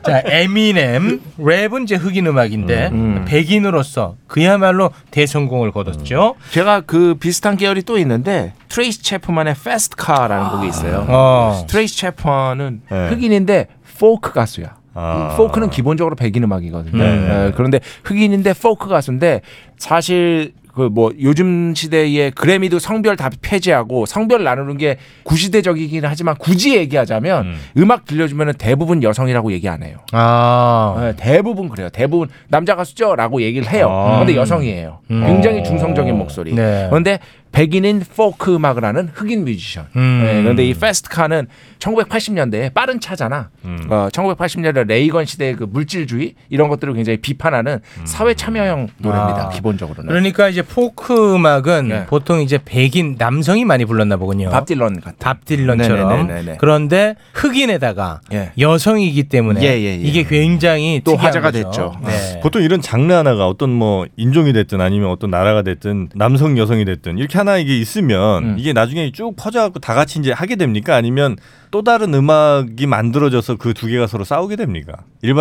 Speaker 6: 자, 에미넴 랩은 이제 흑인 음악인데 백인으로서 그야말로 대성공을 거뒀죠.
Speaker 11: 제가 그 비슷한 계열이 또 있는데 트레이스 체프만의 Fast Car라는 곡이 있어요.
Speaker 6: 아. 어.
Speaker 11: 트레이스 체프는
Speaker 16: 네.
Speaker 11: 흑인인데 포크 가수야. 음,
Speaker 16: 아.
Speaker 11: 포크는 기본적으로 백인 음악이거든요.
Speaker 16: 네.
Speaker 11: 예, 그런데 흑인인데 포크 가수인데 사실 그 뭐 요즘 시대에 그래미도 성별 다 폐지하고 성별 나누는 게 구시대적이긴 하지만 굳이 얘기하자면 음. 악 들려주면 대부분 여성이라고 얘기 안 해요.
Speaker 6: 아.
Speaker 11: 네, 대부분 그래요. 대부분 남자 가수죠라고 얘기를 해요.
Speaker 16: 아.
Speaker 11: 근데 여성이에요.
Speaker 16: 음.
Speaker 11: 굉장히 중성적인 목소리.
Speaker 16: 네.
Speaker 11: 그런데 백인인 포크 음악을 하는 흑인 뮤지션.
Speaker 16: 음.
Speaker 11: 네, 그런데 이 페스트카는 1980년대에 빠른 차잖아.
Speaker 14: 음.
Speaker 11: 어, 1980년대 레이건 시대의 그 물질주의 이런 것들을 굉장히 비판하는
Speaker 14: 음.
Speaker 11: 사회 참여형 노래입니다.
Speaker 6: 아.
Speaker 11: 기본적으로는.
Speaker 6: 그러니까 이제 포크 음악은 보통 이제 백인 남성이 많이 불렀나 보군요.
Speaker 11: 네. 밥 딜런 같은.
Speaker 6: 밥 딜런처럼.
Speaker 11: 네네네네네.
Speaker 6: 그런데 흑인에다가
Speaker 11: 예.
Speaker 6: 여성이기 때문에
Speaker 11: 예, 예, 예.
Speaker 6: 이게 굉장히
Speaker 11: 또
Speaker 6: 특이한
Speaker 11: 화제가
Speaker 6: 거죠.
Speaker 11: 됐죠.
Speaker 6: 네.
Speaker 7: 예. 보통 이런 장르 하나가 어떤 뭐 인종이 됐든 아니면 어떤 나라가 됐든 남성 여성이 됐든 이렇게 하나 이게 있으면
Speaker 11: 음.
Speaker 7: 이게 나중에 쭉 퍼져갖고 다 같이 이제 하게 됩니까? 아니면 또 다른 음악이 만들어져서 그 두 개가 서로 싸우게 됩니까?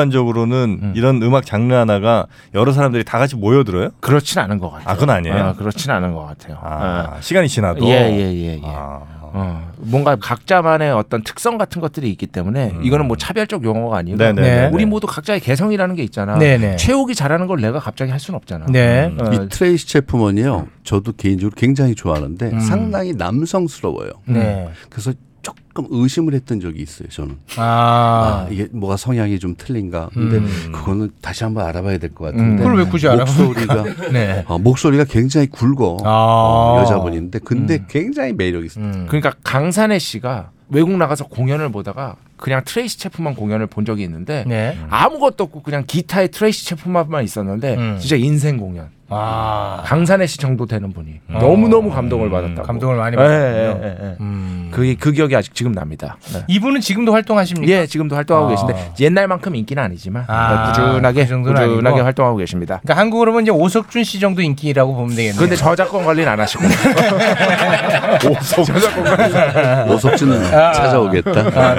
Speaker 7: 일반적으로는 이런 음악 장르 하나가 여러 사람들이 다 같이 모여들어요?
Speaker 11: 그렇진 않은 것 같아요.
Speaker 7: 아, 그건 아니에요.
Speaker 11: 아, 그렇진 않은 것 같아요.
Speaker 7: 아, 시간이 지나도. 아,
Speaker 11: 예, 예, 예, 예. 어, 뭔가 각자만의 어떤 특성 같은 것들이 있기 때문에
Speaker 6: 음.
Speaker 11: 이거는 뭐 차별적 용어가 아니고
Speaker 7: 네, 네, 네.
Speaker 11: 우리 뭐 모두 각자의 개성이라는 게 있잖아.
Speaker 6: 네, 네. 음.
Speaker 11: 최욱이 잘하는 걸 내가 갑자기 할 수는 없잖아. 어,
Speaker 14: 이 트레이스 체프먼이요. 저도 개인적으로 굉장히 좋아하는데
Speaker 11: 음.
Speaker 14: 상당히 남성스러워요.
Speaker 6: 네.
Speaker 14: 그래서 조금 의심을 했던 적이 있어요. 저는
Speaker 6: 아.
Speaker 14: 아, 이게 뭐가 성향이 좀 틀린가. 근데
Speaker 6: 음.
Speaker 14: 그거는 다시 한번 알아봐야 될 것 같은데.
Speaker 6: 그걸 왜 굳이 알아봅니까?
Speaker 14: 목소리가
Speaker 6: 네. 아.
Speaker 14: 어, 목소리가 굉장히 굵어 어, 여자분인데 근데
Speaker 6: 음.
Speaker 14: 굉장히 매력이 있어요.
Speaker 11: 그러니까 강산혜 씨가 외국 나가서 공연을 보다가 그냥 트레이시 체프만 공연을 본 적이 있는데
Speaker 6: 네.
Speaker 11: 음. 아무것도 없고 그냥 기타에 트레이시 체프만만 있었는데
Speaker 6: 음.
Speaker 11: 진짜 인생 공연.
Speaker 6: 아. 음.
Speaker 11: 강산혜 씨 정도 되는 분이 너무 너무 감동을 받았다고.
Speaker 6: 감동을 많이
Speaker 11: 예,
Speaker 6: 받았군요. 음.
Speaker 11: 예, 예, 예. 그, 그 기억이 아직 지금 납니다. 네.
Speaker 6: 이분은 지금도 활동하십니까?
Speaker 11: 예, 지금도 활동하고
Speaker 6: 아.
Speaker 11: 계신데 옛날만큼 인기는 아니지만 네,
Speaker 6: 아,
Speaker 11: 꾸준하게
Speaker 6: 그 정도는
Speaker 11: 꾸준하게
Speaker 6: 아니고.
Speaker 11: 활동하고 계십니다.
Speaker 6: 그러니까 한국으로 보면 이제 오석준 씨 정도 인기라고 보면 되겠네요.
Speaker 11: 근데 저작권 관리는 안 하시고
Speaker 6: 저작권 관리.
Speaker 14: 오석준은 찾아오겠다.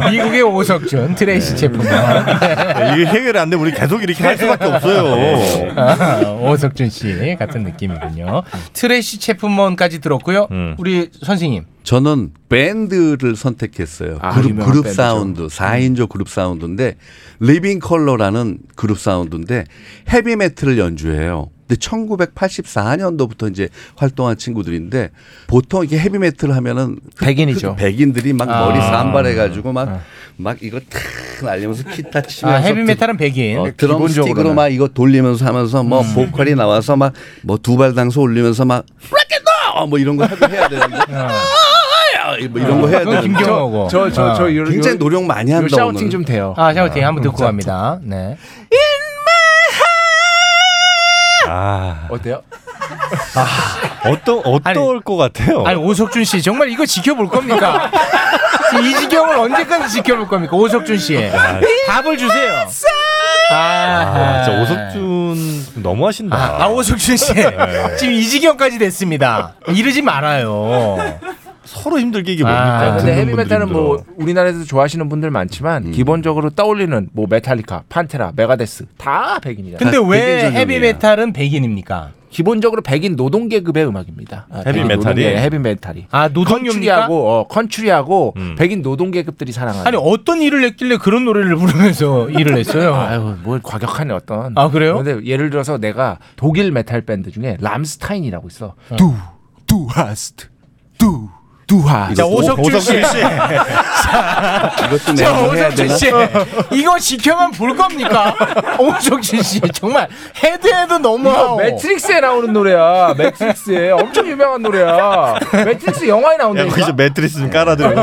Speaker 6: 아, 미국의 오석준
Speaker 14: 네.
Speaker 6: 트레이시 제품.
Speaker 7: 이게 해결이 안 되면 우리 계속 이렇게 할 수밖에 없어요.
Speaker 11: 네.
Speaker 6: 아, 오석준 씨 같은 느낌이군요. 트레이시 체프먼까지 들었고요.
Speaker 14: 음.
Speaker 6: 우리 선생님.
Speaker 14: 저는 밴드를 선택했어요.
Speaker 6: 아,
Speaker 14: 그룹,
Speaker 6: 유명한
Speaker 14: 그룹
Speaker 6: 밴드죠.
Speaker 14: 사운드, 4인조 그룹 사운드인데, 리빙 컬러라는 그룹 사운드인데, 헤비메트를 연주해요. 근데 1984년도부터 이제 활동한 친구들인데, 보통 이게 헤비메트를 하면은. 흑-
Speaker 11: 백인이죠.
Speaker 14: 흑 백인들이 막 머리
Speaker 11: 아.
Speaker 14: 산발해가지고 막, 막 이거 탁 날리면서 기타 치면서.
Speaker 6: 아, 헤비메탈은 백인. 네,
Speaker 14: 어, 드럼 스틱으로
Speaker 6: 기본적으로는.
Speaker 14: 막 이거 돌리면서 하면서 뭐
Speaker 6: 음.
Speaker 14: 보컬이 나와서 막 뭐 두 발 당소 올리면서 막 락앤롤 뭐 이런 거 하고 해야 되는데 아야 뭐 이런 거 해야 되는데
Speaker 6: 김경호고.
Speaker 14: 저- 저- 저 이런- 굉장히 노력 많이 한다,
Speaker 6: 요
Speaker 14: 오늘.
Speaker 6: 아 샤우팅 한번 듣고 갑니다. 네.
Speaker 7: 아.
Speaker 11: 어때요?
Speaker 7: 어떠 어떨 것 같아요?
Speaker 6: 아니 오석준 씨 정말 이거 지켜볼 겁니까? 이 지경을 언제까지 지켜볼 겁니까? 오석준 씨
Speaker 14: 아.
Speaker 6: 답을 주세요.
Speaker 7: 아,
Speaker 6: 아,
Speaker 7: 진짜 오석준 너무하신다.
Speaker 6: 아, 오석준 씨
Speaker 11: 네.
Speaker 6: 지금 이 지경까지 됐습니다. 이러지 말아요.
Speaker 7: 서로 힘들게 이게
Speaker 6: 뭡니까?
Speaker 11: 그러니까 근데
Speaker 6: 아, 듣는 음.
Speaker 11: 헤비메탈은
Speaker 6: 분들이
Speaker 11: 뭐 우리나라에서 좋아하시는 분들 많지만 기본적으로 떠올리는 뭐 메탈리카, 판테라, 메가데스 다 백인이다.
Speaker 6: 근데 왜 헤비메탈은 백인입니까?
Speaker 11: 기본적으로 백인 노동 계급의 음악입니다. 아, 백인
Speaker 6: 헤비메탈이?
Speaker 11: 노동 계급, 헤비메탈이.
Speaker 6: 아 노동요입니까? 음.
Speaker 11: 컨츄리하고 어, 컨츄리하고 백인 노동 계급들이 사랑하는.
Speaker 6: 아니 어떤 일을 했길래 그런 노래를 부르면서 일을 했어요?
Speaker 11: 아유, 뭘 과격한 어떤.
Speaker 6: 아, 그래요?
Speaker 11: 근데 예를 들어서 내가 독일 메탈 밴드 중에 람스타인이라고 있어.
Speaker 6: 어.
Speaker 11: 두, 두 하스트, 두, 두화.
Speaker 15: 자, 오석준 씨.
Speaker 8: 이것도
Speaker 11: 자,
Speaker 8: 내가 네, 해야
Speaker 11: 오석준
Speaker 8: 되나?
Speaker 11: 씨. 이거 지켜만 볼 겁니까? 오석준 씨. 정말 헤드 헤드 너무하고. 매트릭스에 나오는 노래야. 매트릭스에. 엄청 유명한 노래야. 매트릭스 영화에
Speaker 7: 야,
Speaker 11: 나온다니까.
Speaker 7: 거기서 매트리스 좀 깔아드려.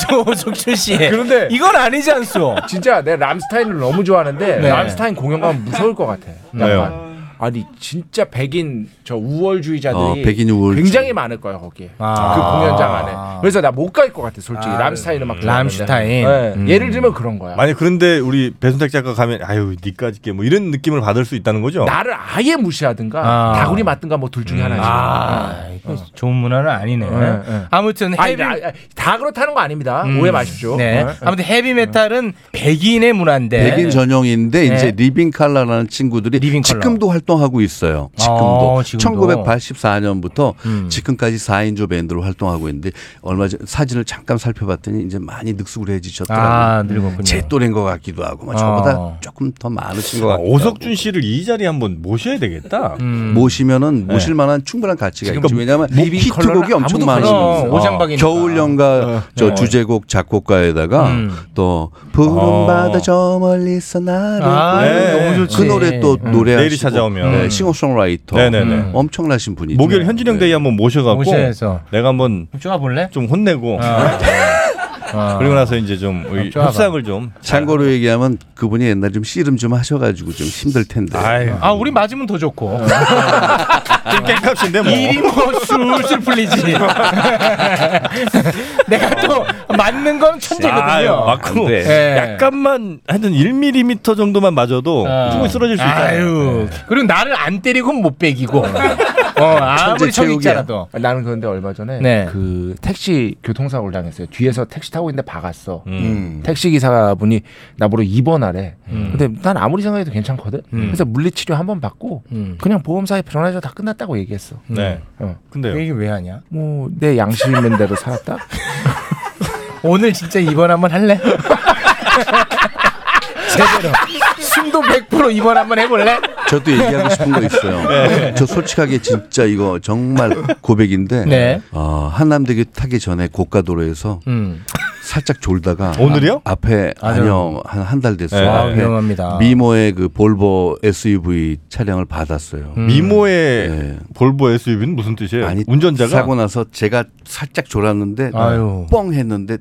Speaker 11: 저 오석준 어, 씨. 그런데 예. 이건 아니지 않소. 진짜 내가 람스타인을 너무 좋아하는데
Speaker 7: 네.
Speaker 11: 람스타인 공연 가면 무서울 것 같아.
Speaker 7: 왜요?
Speaker 11: 아니 진짜 백인 저 우월주의자들이
Speaker 14: 어, 백인 우월주의.
Speaker 11: 굉장히 많을 거예요 거기에
Speaker 14: 아.
Speaker 11: 그 공연장 안에 그래서 나 못 갈 것 같아 솔직히
Speaker 15: 아,
Speaker 11: 람스타인 음악
Speaker 15: 음.
Speaker 11: 좋아하는데.
Speaker 15: 람슈타인.
Speaker 11: 그 네.
Speaker 7: 음.
Speaker 11: 예를 들면 그런
Speaker 6: 뭐.
Speaker 11: 거야
Speaker 7: 아니 그런데 우리 배순탁 작가 가면 아유 니까지 게뭐 이런 느낌을 받을 수 있다는 거죠.
Speaker 11: 나를 아예 무시하든가
Speaker 7: 아.
Speaker 11: 다구리 맞든가 뭐 둘 중에 하나지
Speaker 6: 아, 이거 좋은 문화는 아니네.
Speaker 11: 네, 네.
Speaker 6: 아무튼
Speaker 11: 아니,
Speaker 6: 헤비
Speaker 11: 나- 아니, 다 그렇다는 거 아닙니다
Speaker 6: 음.
Speaker 11: 오해 마십시오
Speaker 6: 네.
Speaker 11: 네.
Speaker 6: 아무튼 헤비 메탈은 백인의 문화인데
Speaker 14: 네. 백인 전용인데
Speaker 6: 네.
Speaker 14: 이제 리빙 칼라라는 친구들이 지금도 활동하고 있어요. 지금도.
Speaker 6: 아, 지금도.
Speaker 14: 1984년부터 지금까지 4인조 밴드로 활동하고 있는데 얼마 전 사진을 잠깐 살펴봤더니 이제 많이 늙수그레해지셨더라고요.
Speaker 6: 아, 늙었군요.
Speaker 14: 제 또래인 것 같기도 하고 막
Speaker 7: 어.
Speaker 14: 저보다 조금 더 많으신 것
Speaker 7: 아,
Speaker 14: 같고.
Speaker 7: 오석준 씨를 이 자리에 한번 모셔야 되겠다.
Speaker 6: 음.
Speaker 14: 모시면은
Speaker 7: 네.
Speaker 14: 모실 만한 충분한 가치가
Speaker 7: 지금
Speaker 14: 있죠. 왜냐하면
Speaker 7: 뭐 리빙
Speaker 14: 히트곡이
Speaker 7: 컬러는
Speaker 14: 엄청
Speaker 7: 아무도
Speaker 14: 많이
Speaker 7: 몰라.
Speaker 14: 있어요.
Speaker 7: 오장박이니까.
Speaker 14: 겨울연가 저
Speaker 7: 네. 음.
Speaker 14: 주제곡 작곡가에다가 또 푸른
Speaker 7: 어.
Speaker 14: 바다 저 멀리서 나를
Speaker 7: 아,
Speaker 14: 부르는
Speaker 7: 네. 너무
Speaker 14: 그
Speaker 7: 좋지.
Speaker 14: 노래 또
Speaker 7: 음.
Speaker 14: 노래하시고
Speaker 7: 내일이 찾아오면.
Speaker 14: 네, 싱어송라이터
Speaker 7: 네네네. 음.
Speaker 14: 엄청나신 분이죠.
Speaker 7: 목요일 현진영 대회 한번 모셔갖고
Speaker 6: 네, 모셔서.
Speaker 7: 내가 한번
Speaker 6: 쪼아 볼래?
Speaker 7: 좀 혼내고
Speaker 6: 아.
Speaker 7: 그리고 나서 이제 좀 우리
Speaker 14: 쪼아봐.
Speaker 7: 협상을 좀
Speaker 14: 참고로 얘기하면 그분이 옛날에 좀 씨름 좀 하셔가지고 좀 힘들 텐데.
Speaker 6: 아, 우리 맞으면 더 좋고.
Speaker 7: 깽값인데 뭐.
Speaker 6: 일이 뭐 술술 풀리지. 내가 또 맞는 건 천재거든요.
Speaker 7: 아유, 맞고
Speaker 6: 예.
Speaker 7: 약간만 하여튼 1mm 정도만 맞아도 충분히 쓰러질 수
Speaker 11: 네,
Speaker 7: 있잖아요.
Speaker 6: 아유. 그리고 나를 안 때리고 못 빼기고. 어, 아무리 척 있잖아도.
Speaker 11: 나는 그런데 얼마 전에
Speaker 6: 네.
Speaker 11: 그 택시 교통사고를 당했어요. 뒤에서 택시 타고 있는데 박았어.
Speaker 6: 음.
Speaker 11: 택시 기사분이 나보고 입원하래.
Speaker 6: 음.
Speaker 11: 근데 난 아무리 생각해도 괜찮거든.
Speaker 6: 음.
Speaker 11: 그래서 물리치료 한 번 받고
Speaker 6: 음.
Speaker 11: 그냥 보험사에 전화해서 다 끝났다고 얘기했어.
Speaker 7: 네.
Speaker 11: 어.
Speaker 7: 근데요?
Speaker 6: 그 얘기 왜 하냐?
Speaker 11: 뭐 내 양심 있는 대로 살았다.
Speaker 6: 오늘 진짜 입원 한번 할래? 제대로. 숨도 100% 입원 한번 해볼래?
Speaker 14: 저도 얘기하고 싶은 거 있어요.
Speaker 6: 네.
Speaker 14: 저 솔직하게 진짜 이거 정말 고백인데
Speaker 6: 네. 음.
Speaker 14: 어, 한남대교 타기 전에 고가도로에서
Speaker 11: 음.
Speaker 14: 살짝 졸다가
Speaker 7: 오늘이요?
Speaker 14: 아, 앞에
Speaker 6: 아,
Speaker 14: 아니요 한 한 달 됐어요.
Speaker 6: 네. 아,
Speaker 14: 앞에
Speaker 6: 위험합니다.
Speaker 14: 미모의 그 볼보 SUV 차량을 받았어요.
Speaker 6: 음.
Speaker 7: 미모의 볼보 SUV는 무슨 뜻이에요? 네. 운전자가
Speaker 14: 네. 사고 나서 제가 살짝
Speaker 6: 음.
Speaker 14: 졸았는데
Speaker 7: 아유.
Speaker 14: 뻥 했는데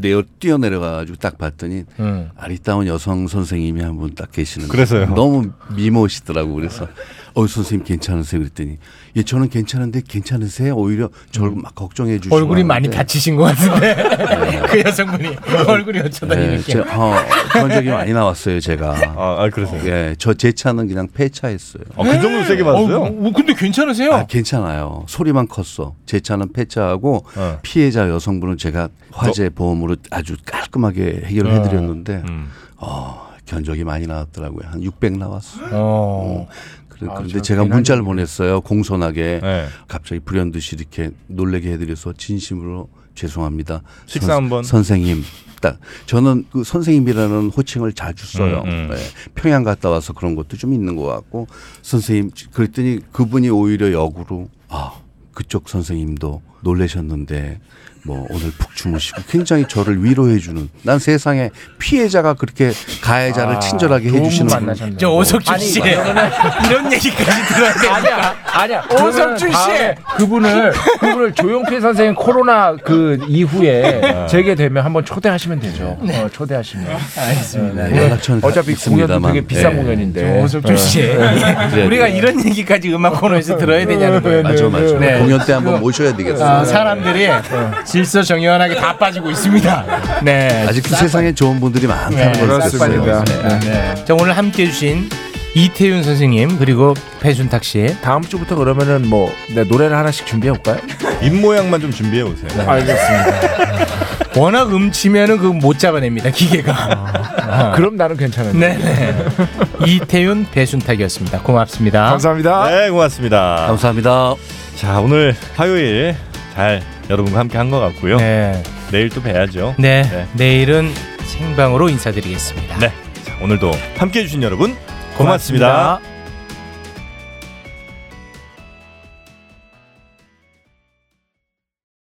Speaker 14: 내어 뛰어내려가지고 딱 봤더니
Speaker 7: 음.
Speaker 14: 아리따운 여성 선생님이 한 분 딱 계시는데
Speaker 7: 그래서요?
Speaker 14: 너무 미모시더라고 그래서 어 선생님 괜찮으세요 그랬더니 예 저는 괜찮은데 괜찮으세요 오히려 저를 막 걱정해 주시고
Speaker 6: 얼굴이 많이
Speaker 14: 하는데
Speaker 6: 다치신 것 같은데. 그 여성분이 얼굴이 어쩌다
Speaker 14: 예,
Speaker 6: 이렇게.
Speaker 14: 제, 어, 그런 적이 많이 나왔어요 제가
Speaker 7: 아, 그러세요 아,
Speaker 14: 예 저 제 차는 그냥 폐차했어요
Speaker 7: 정도
Speaker 14: 세게 받았어요?
Speaker 6: 어, 뭐, 근데 괜찮으세요?
Speaker 14: 아, 괜찮아요. 소리만 컸어. 제 차는 폐차하고
Speaker 7: 어,
Speaker 14: 피해자 여성분은 제가 화재 보험으로 아주 깔끔하게 해결을
Speaker 6: 어.
Speaker 14: 해드렸는데 어, 견적이 많이 나왔더라고요. 한 600 나왔어.
Speaker 6: 어.
Speaker 14: 그래,
Speaker 6: 아,
Speaker 14: 그런데
Speaker 6: 참
Speaker 14: 제가
Speaker 6: 괜한
Speaker 14: 문자를 보냈어요. 공손하게
Speaker 7: 네.
Speaker 14: 갑자기 불현듯이 이렇게 놀래게 해드려서 진심으로 죄송합니다.
Speaker 7: 식사
Speaker 14: 선-
Speaker 7: 한번.
Speaker 14: 선생님. 딱 저는 그 선생님이라는 호칭을 자주 써요.
Speaker 7: 음, 음.
Speaker 14: 예. 평양 갔다 와서 그런 것도 좀 있는 것 같고 선생님 그랬더니 그분이 오히려 역으로 아 그쪽 선생님도 놀라셨는데 뭐 오늘 푹 주무시고 굉장히 저를 위로해 주는 난 세상에 피해자가 그렇게 가해자를
Speaker 11: 아,
Speaker 14: 친절하게
Speaker 11: 좋은
Speaker 14: 해 주시는
Speaker 11: 분 만나셨네.
Speaker 6: 저 오석준 씨 이런 얘기까지 들어야 되니까
Speaker 11: 아니야
Speaker 6: 그러면은 오석준 씨
Speaker 11: 다음에 그분을 그분을 조용필 선생님 코로나 그 이후에 재게 되면 한번 초대하시면 되죠. 어, 초대하시면.
Speaker 14: 알겠습니다.
Speaker 11: 네.
Speaker 14: 연락처는
Speaker 11: 어차피 공연도
Speaker 14: 있습니다만.
Speaker 11: 되게 비싼
Speaker 14: 예.
Speaker 11: 공연인데.
Speaker 6: 오석준 씨 우리가 이런 얘기까지 음악 코너에서 들어야 되냐는 거예요
Speaker 14: 맞아 맞아
Speaker 6: 네.
Speaker 14: 공연 때 한번 모셔야 되겠어요.
Speaker 6: 아, 사람들이 질서 정연하게 다 빠지고 있습니다 네
Speaker 14: 아직도 그 세상에 좋은 분들이 많다는
Speaker 6: 네,
Speaker 14: 걸
Speaker 6: 그렇습니다.
Speaker 14: 네.
Speaker 6: 네. 자 오늘 함께 해주신 이태윤 선생님 그리고 배순탁 씨
Speaker 11: 다음 주부터 그러면은 뭐 네, 노래를 하나씩 준비해 볼까요?
Speaker 7: 입 모양만 좀 준비해 오세요.
Speaker 6: 알겠습니다. 워낙 음치면은 그 못 잡아냅니다 기계가 아.
Speaker 11: 그럼 나는 괜찮은데.
Speaker 6: 네네. 이태윤 배순탁이었습니다. 고맙습니다.
Speaker 11: 감사합니다.
Speaker 7: 네, 고맙습니다.
Speaker 14: 감사합니다.
Speaker 7: 자, 오늘 화요일 잘 여러분과 함께 한 것 같고요.
Speaker 6: 네.
Speaker 7: 내일 또 봬야죠.
Speaker 6: 네, 내일은 생방으로 인사드리겠습니다.
Speaker 7: 네. 자, 오늘도 함께 해주신 여러분 고맙습니다.
Speaker 6: 고맙습니다.